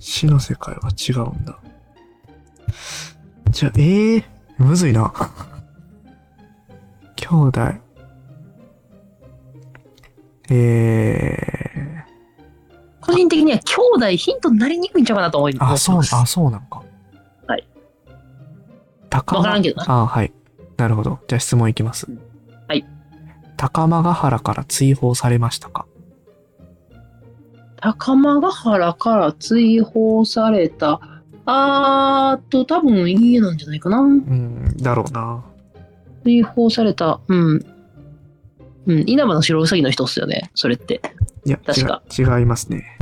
A: 死の世界は違うんだじゃあえー、むずいな兄弟えー、
B: 個人的には兄弟ヒントになりにくいんちゃうかなと思います。
A: あそうあそうなんか
B: はい
A: 高間
B: わからんけどな
A: あはいなるほどじゃあ質問いきます
B: はい
A: 高間ヶ原から追放されましたか
B: 高間ヶ原から追放された。あーっと、多分いいえなんじゃないかな。
A: うんだろうな
B: 追放された。うん。うん、稲葉の白ウサギの人っすよね。それって。
A: いや、
B: 確か
A: 違う違いますね。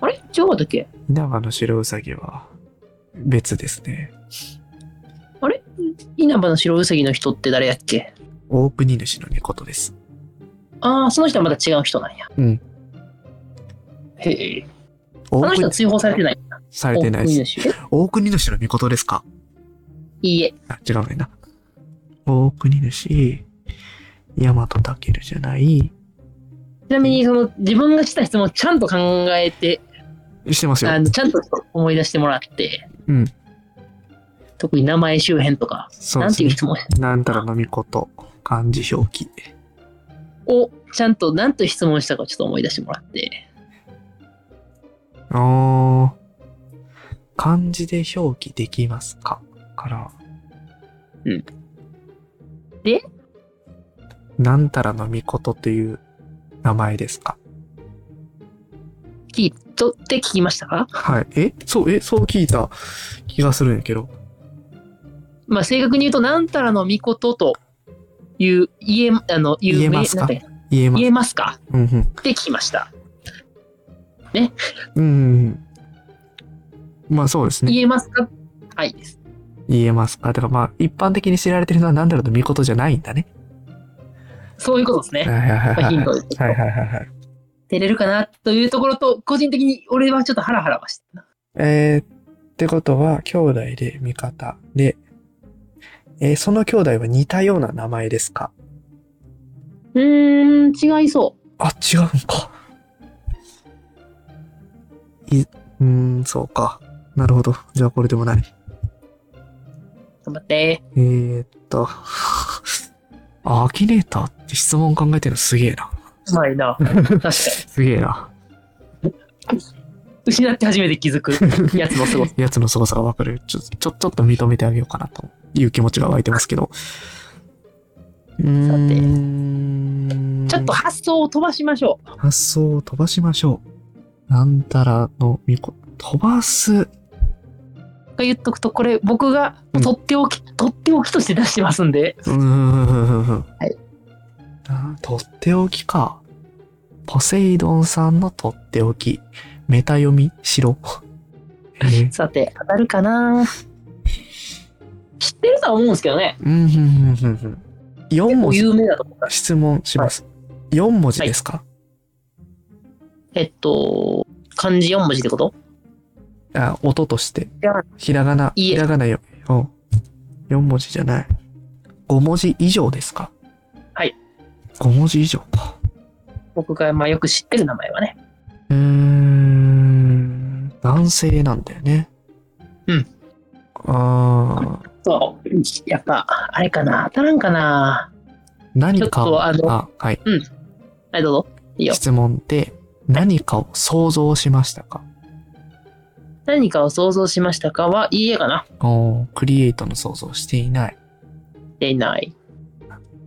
B: あれ違うかったっけ
A: 稲葉の白ウサギは別ですね。
B: あれ稲葉の白ウサギの人って誰やっけ
A: オープニ主の御事です。
B: あー、その人はまた違う人なんや。
A: うん。
B: へえ。
A: オ
B: あ
A: ープ
B: の人は
A: ニ
B: 追放されてない。
A: されてないです。
B: す。
A: オープニ主の御事ですか
B: いいえ。
A: あ、違うねんな。オープニ主、ヤマトタケルじゃない。
B: ちなみに、その、自分がした質問をちゃんと考えて、
A: してますよ
B: あ。のちゃんと思い出してもらって、
A: うん
B: 特に名前周辺とか、
A: そう
B: な
A: で
B: んて
A: す
B: いう
A: ね。
B: 質問
A: なんたらの御事、漢字表記。
B: を、ちゃんと何という質問したかちょっと思い出してもらって、
A: あー、漢字で表記できますかから。
B: うん。で
A: なんたらのみことという名前ですか
B: きっとって聞きましたか
A: はい。えそう、えそう聞いた気がするんやけど。
B: まあ、正確に言うと、なんたらのみことという、言え、あの、有名
A: 言えますか
B: なんて
A: 言えま
B: 言
A: す。
B: えますか
A: うんうん。
B: って聞きました。
A: うんうんうん。まあそうですね。
B: 言えますかはいです。
A: 言えますか。だからまあ、一般的に知られてるのは何だろうと見事じゃないんだね。
B: そういうことです
A: はい
B: ね。
A: はいはい
B: まあ、
A: はい。
B: ヒント
A: は
B: です。
A: いはいはいはい。
B: 照れるかなというところと、個人的に俺はちょっとハラハラはしてた。
A: えー、ってことは、兄弟で味方で、えーその兄弟は似たような名前ですか
B: うーん、違いそ
A: あ、違うんか。い、うーん、そうか。なるほど。じゃあこれでもない。
B: う。頑張って。
A: えー、っと。 あアキネーターって質問考えてるのすげえな。
B: うまいな。確かに。
A: すげえな。
B: 失って初めて気づくやつのすごさ。
A: やつの凄さがわかる。ちょ、ちょ、ちょっと認めてあげようかなという気持ちが湧いてますけど。うーん。
B: ちょっと発想を飛ばしましょう。
A: 発想を飛ばしましょう。なんたらのみこ、飛ばす。
B: と言っとくと、これ僕が
A: うん
B: とっておき、とっておきとして出してますんで、
A: うーん。
B: い
A: なとっておきか。ポセイドンさんのとっておき。メタ読みしろ。えー
B: さて、当たるかな知ってるとは思うんですけどね。
A: うん、ふんふんふんふん。4
B: も
A: 文
B: う
A: 字、
B: 有名だと思った。
A: 質問します。4文字ですか、
B: えっと、漢字4文字ってこと
A: あ、音として
B: やばい。
A: ひらがな、
B: いいえ
A: ひらがなよ。お4文字じゃない。5文字以上ですか
B: はい。
A: 5文字以上か。
B: 僕がまあよく知ってる名前はね。
A: うーん、男性なんだよね。
B: うん。
A: ああ、
B: そう。やっぱ、あれかな当たらんかな
A: 何か
B: ちょっ
A: を、
B: とあの
A: はい、
B: はい、どうぞ。いいよ。
A: 質問で、何かを想像しましたか
B: 何かを想像しましたかはいいえかな
A: おークリエイトの想像していない。
B: でいない。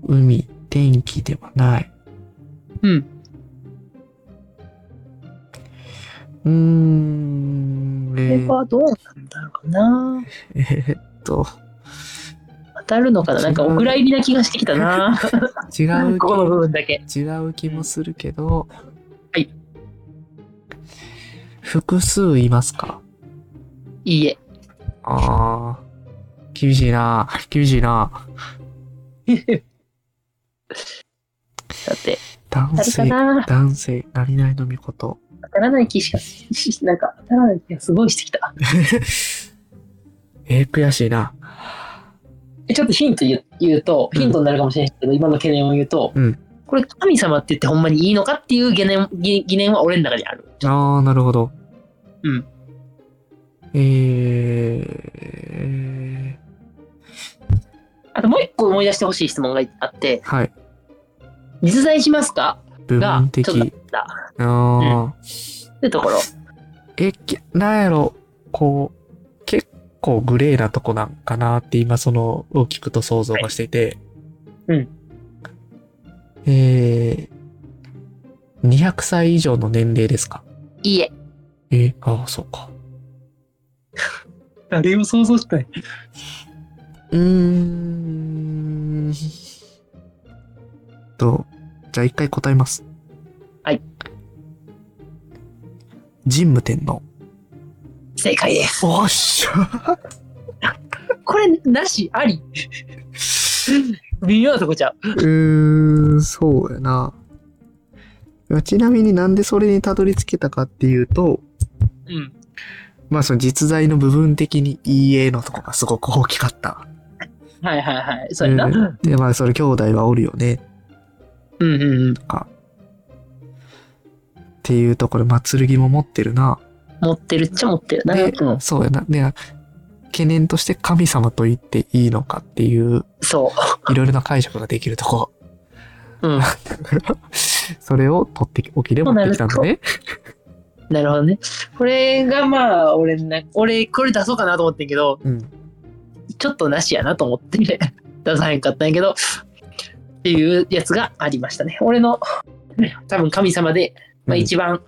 A: 海、天気ではない。
B: うん。
A: うーん、
B: こ
A: え
B: れ
A: ー
B: はどうなんだろうな
A: えーっと、
B: 当たるのかななんかお蔵入りな気がしてきたな。
A: 違う
B: ここの部分だけ。
A: 気、違う気もするけど、
B: はい。
A: 複数いますか
B: いいえ。
A: ああ、厳しいな、厳しいな。
B: だって、当
A: 男
B: たるか
A: 性、
B: な
A: 男性、何々のみこと。
B: 当たらない気しか、なんか当たらない気がすごいしてきた。
A: えー、悔しいな。
B: えちょっとヒント言う言うと、
A: うん
B: ヒントになるかもしれないけど、今の懸念を言うと、
A: うん
B: これ神様って言ってほんまにいいのかっていう疑念疑疑念は俺の中にある。
A: ああ、なるほど。
B: うん。
A: えー、
B: あともう一個思い出してほしい質問があって、
A: はい。
B: 実在しますか
A: 部
B: が
A: 分、
B: ちょっ
A: 的。
B: とだった。
A: ああ、
B: ってところ。
A: え、きなんやろ、こう、結構グレーなとこなんかなって今その、を聞くと想像がしていて。
B: はいうん。
A: えー、200歳以上の年齢ですか
B: いいえ。
A: えー、ああ、そうか。
B: 誰を想像したいう
A: ーん。と、じゃあ一回答えます。
B: はい。
A: 神武天皇。
B: 正解です。
A: おっしゃ
B: これ、なし、あり。微妙なとこちゃう。
A: うーん、そうやな。ちなみになんでそれにたどり着けたかっていうと、
B: うん。
A: まあその実在の部分的に EA のとこがすごく大きかった。
B: はいはいはい。そうやな。うん
A: で、まあそれ兄弟はおるよね
B: うんうん。
A: っていうところ、まあ剣も持ってるな。
B: 持ってるっちゃ持ってるな。
A: で
B: うん、
A: そうやな。で、懸念として神様と言っていいのかっていう、
B: そ
A: いろいろな解釈ができるとこ。
B: う。うん。
A: それを取っておきで持ってきたのね。
B: なるほどね。これがまあ、俺な、俺、これ出そうかなと思ってんけど、
A: うん。
B: ちょっとなしやなと思って 出さへんかったんやけど、っていうやつがありましたね。俺の、多分神様で、まあ
A: うん
B: 一番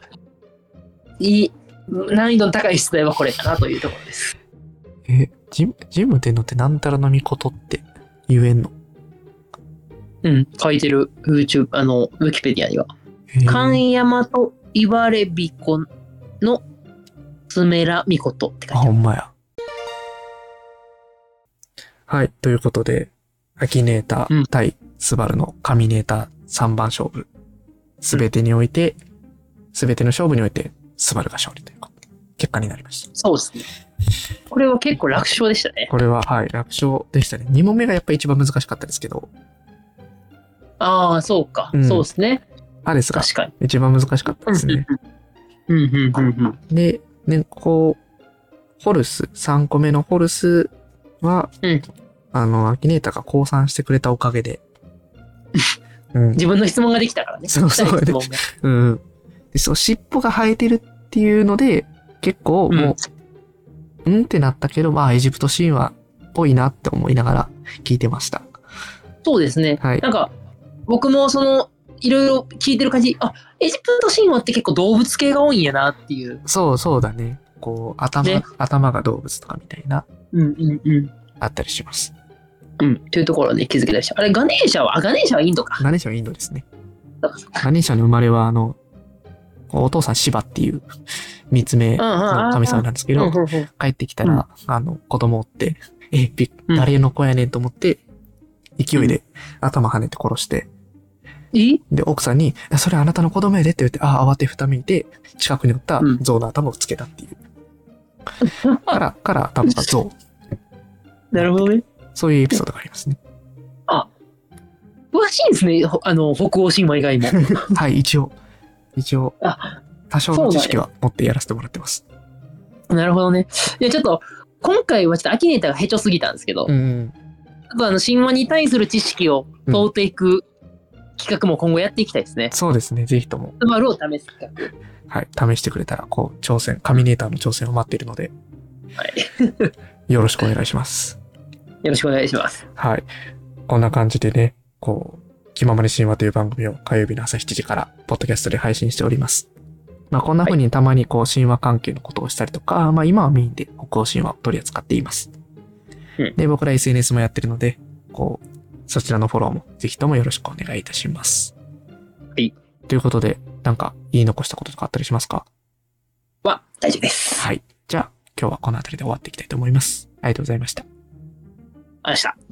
B: いい、難易度の高い出題はこれかなというところです。
A: え、ジム、ジムでのってなんたらのみことって言えんの
B: うん、書いてる YouTube、あの、ウィキペディアには。
A: へー
B: 神山と言われびこのつめらみことって書
A: あ、
B: いてあ
A: ほ
B: る。
A: んまや。はい、ということで、アキネータ
B: うん
A: ー対スバルの神ネーター3番勝負。すべてにおいて、すべての勝負において、スバルが勝利ということ結果になりました。
B: そうですね。これは結構楽勝でしたね。
A: これは、はい、楽勝でしたね。2問目がやっぱり一番難しかったですけど、
B: ああ、そうか。
A: うん
B: そうですね。
A: アレスが
B: 確かに。
A: 一番難しかったですね。
B: うんうんうんうん。
A: で、ね、こう、ホルス、3個目のホルスは、
B: うん
A: あの、アキネータが降参してくれたおかげ で、うん、
B: 自分の質問ができたから ね。
A: そうそう
B: したい質問が
A: うん。で、そう、尻尾が生えてるっていうので、結構もう、うん、ってなったけど、まあ、エジプト神話っぽいなって思いながら聞いてました。
B: そうですね。
A: はい
B: なんか、僕もその、いろいろ聞いてる感じ、あ、エジプト神話って結構動物系が多いんやなっていう。
A: そうそうだね。こう、頭、
B: ね
A: 頭が動物とかみたいな、
B: うんうんうん。
A: あったりします。
B: うん。というところで気づきました。あれ、ガネーシャは、あ、ガネーシャはインドか。
A: ガネーシャはインドですね
B: そうかそ。
A: ガネーシャの生まれは、あの、お父さんシバっていう三つ目
B: うんうん
A: の神様なんですけど、
B: うんうんうん
A: 帰ってきたら、あの、子供を追って、え、びっ
B: うん
A: 誰の子やねんと思って、勢いで頭跳ねて殺して、
B: え
A: で、奥さんに、あそれあなたの子供やでって言って、ああ、慌てふためいて、近くにおった
B: うん
A: 象の頭をつけたっていう。 から、から頭が象。
B: なるほどね。
A: そういうエピソードがありますね。
B: 詳しいんですね。ほあの、北欧神話以外 も。
A: はい、一応、一応
B: あ、
A: 多少の知識は持ってやらせてもらってます。
B: なるほどね。いや、ちょっと、今回はちょっとアキネーターがヘチョすぎたんですけど、
A: うん。
B: ちょっとあの、神話に対する知識を問うていく企画も今後やっていきたいですね。
A: そうですね、ぜひとも、
B: スバルを試す企画。
A: はい、試してくれたら、こう、挑戦、カミネーターの挑戦を待っているので、
B: は い。
A: よろしくお願いします。
B: よろしくお願いします。
A: はい。こんな感じでね、こう、気ままに神話という番組を火曜日の朝7時から、ポッドキャストで配信しております。まあ、こんな風にたまにこう、神話関係のことをしたりとか、まあ、今はメインで北欧神話を取り扱っています。
B: うん
A: で、僕ら SNS もやってるので、こう、そちらのフォローもぜひともよろしくお願いいたします。
B: はい。
A: ということで、なんか言い残したこととかあったりしますか
B: は、大丈夫です。
A: はい。じゃあ、今日はこの辺りで終わっていきたいと思います。ありがとうございました。
B: ありがとうございました。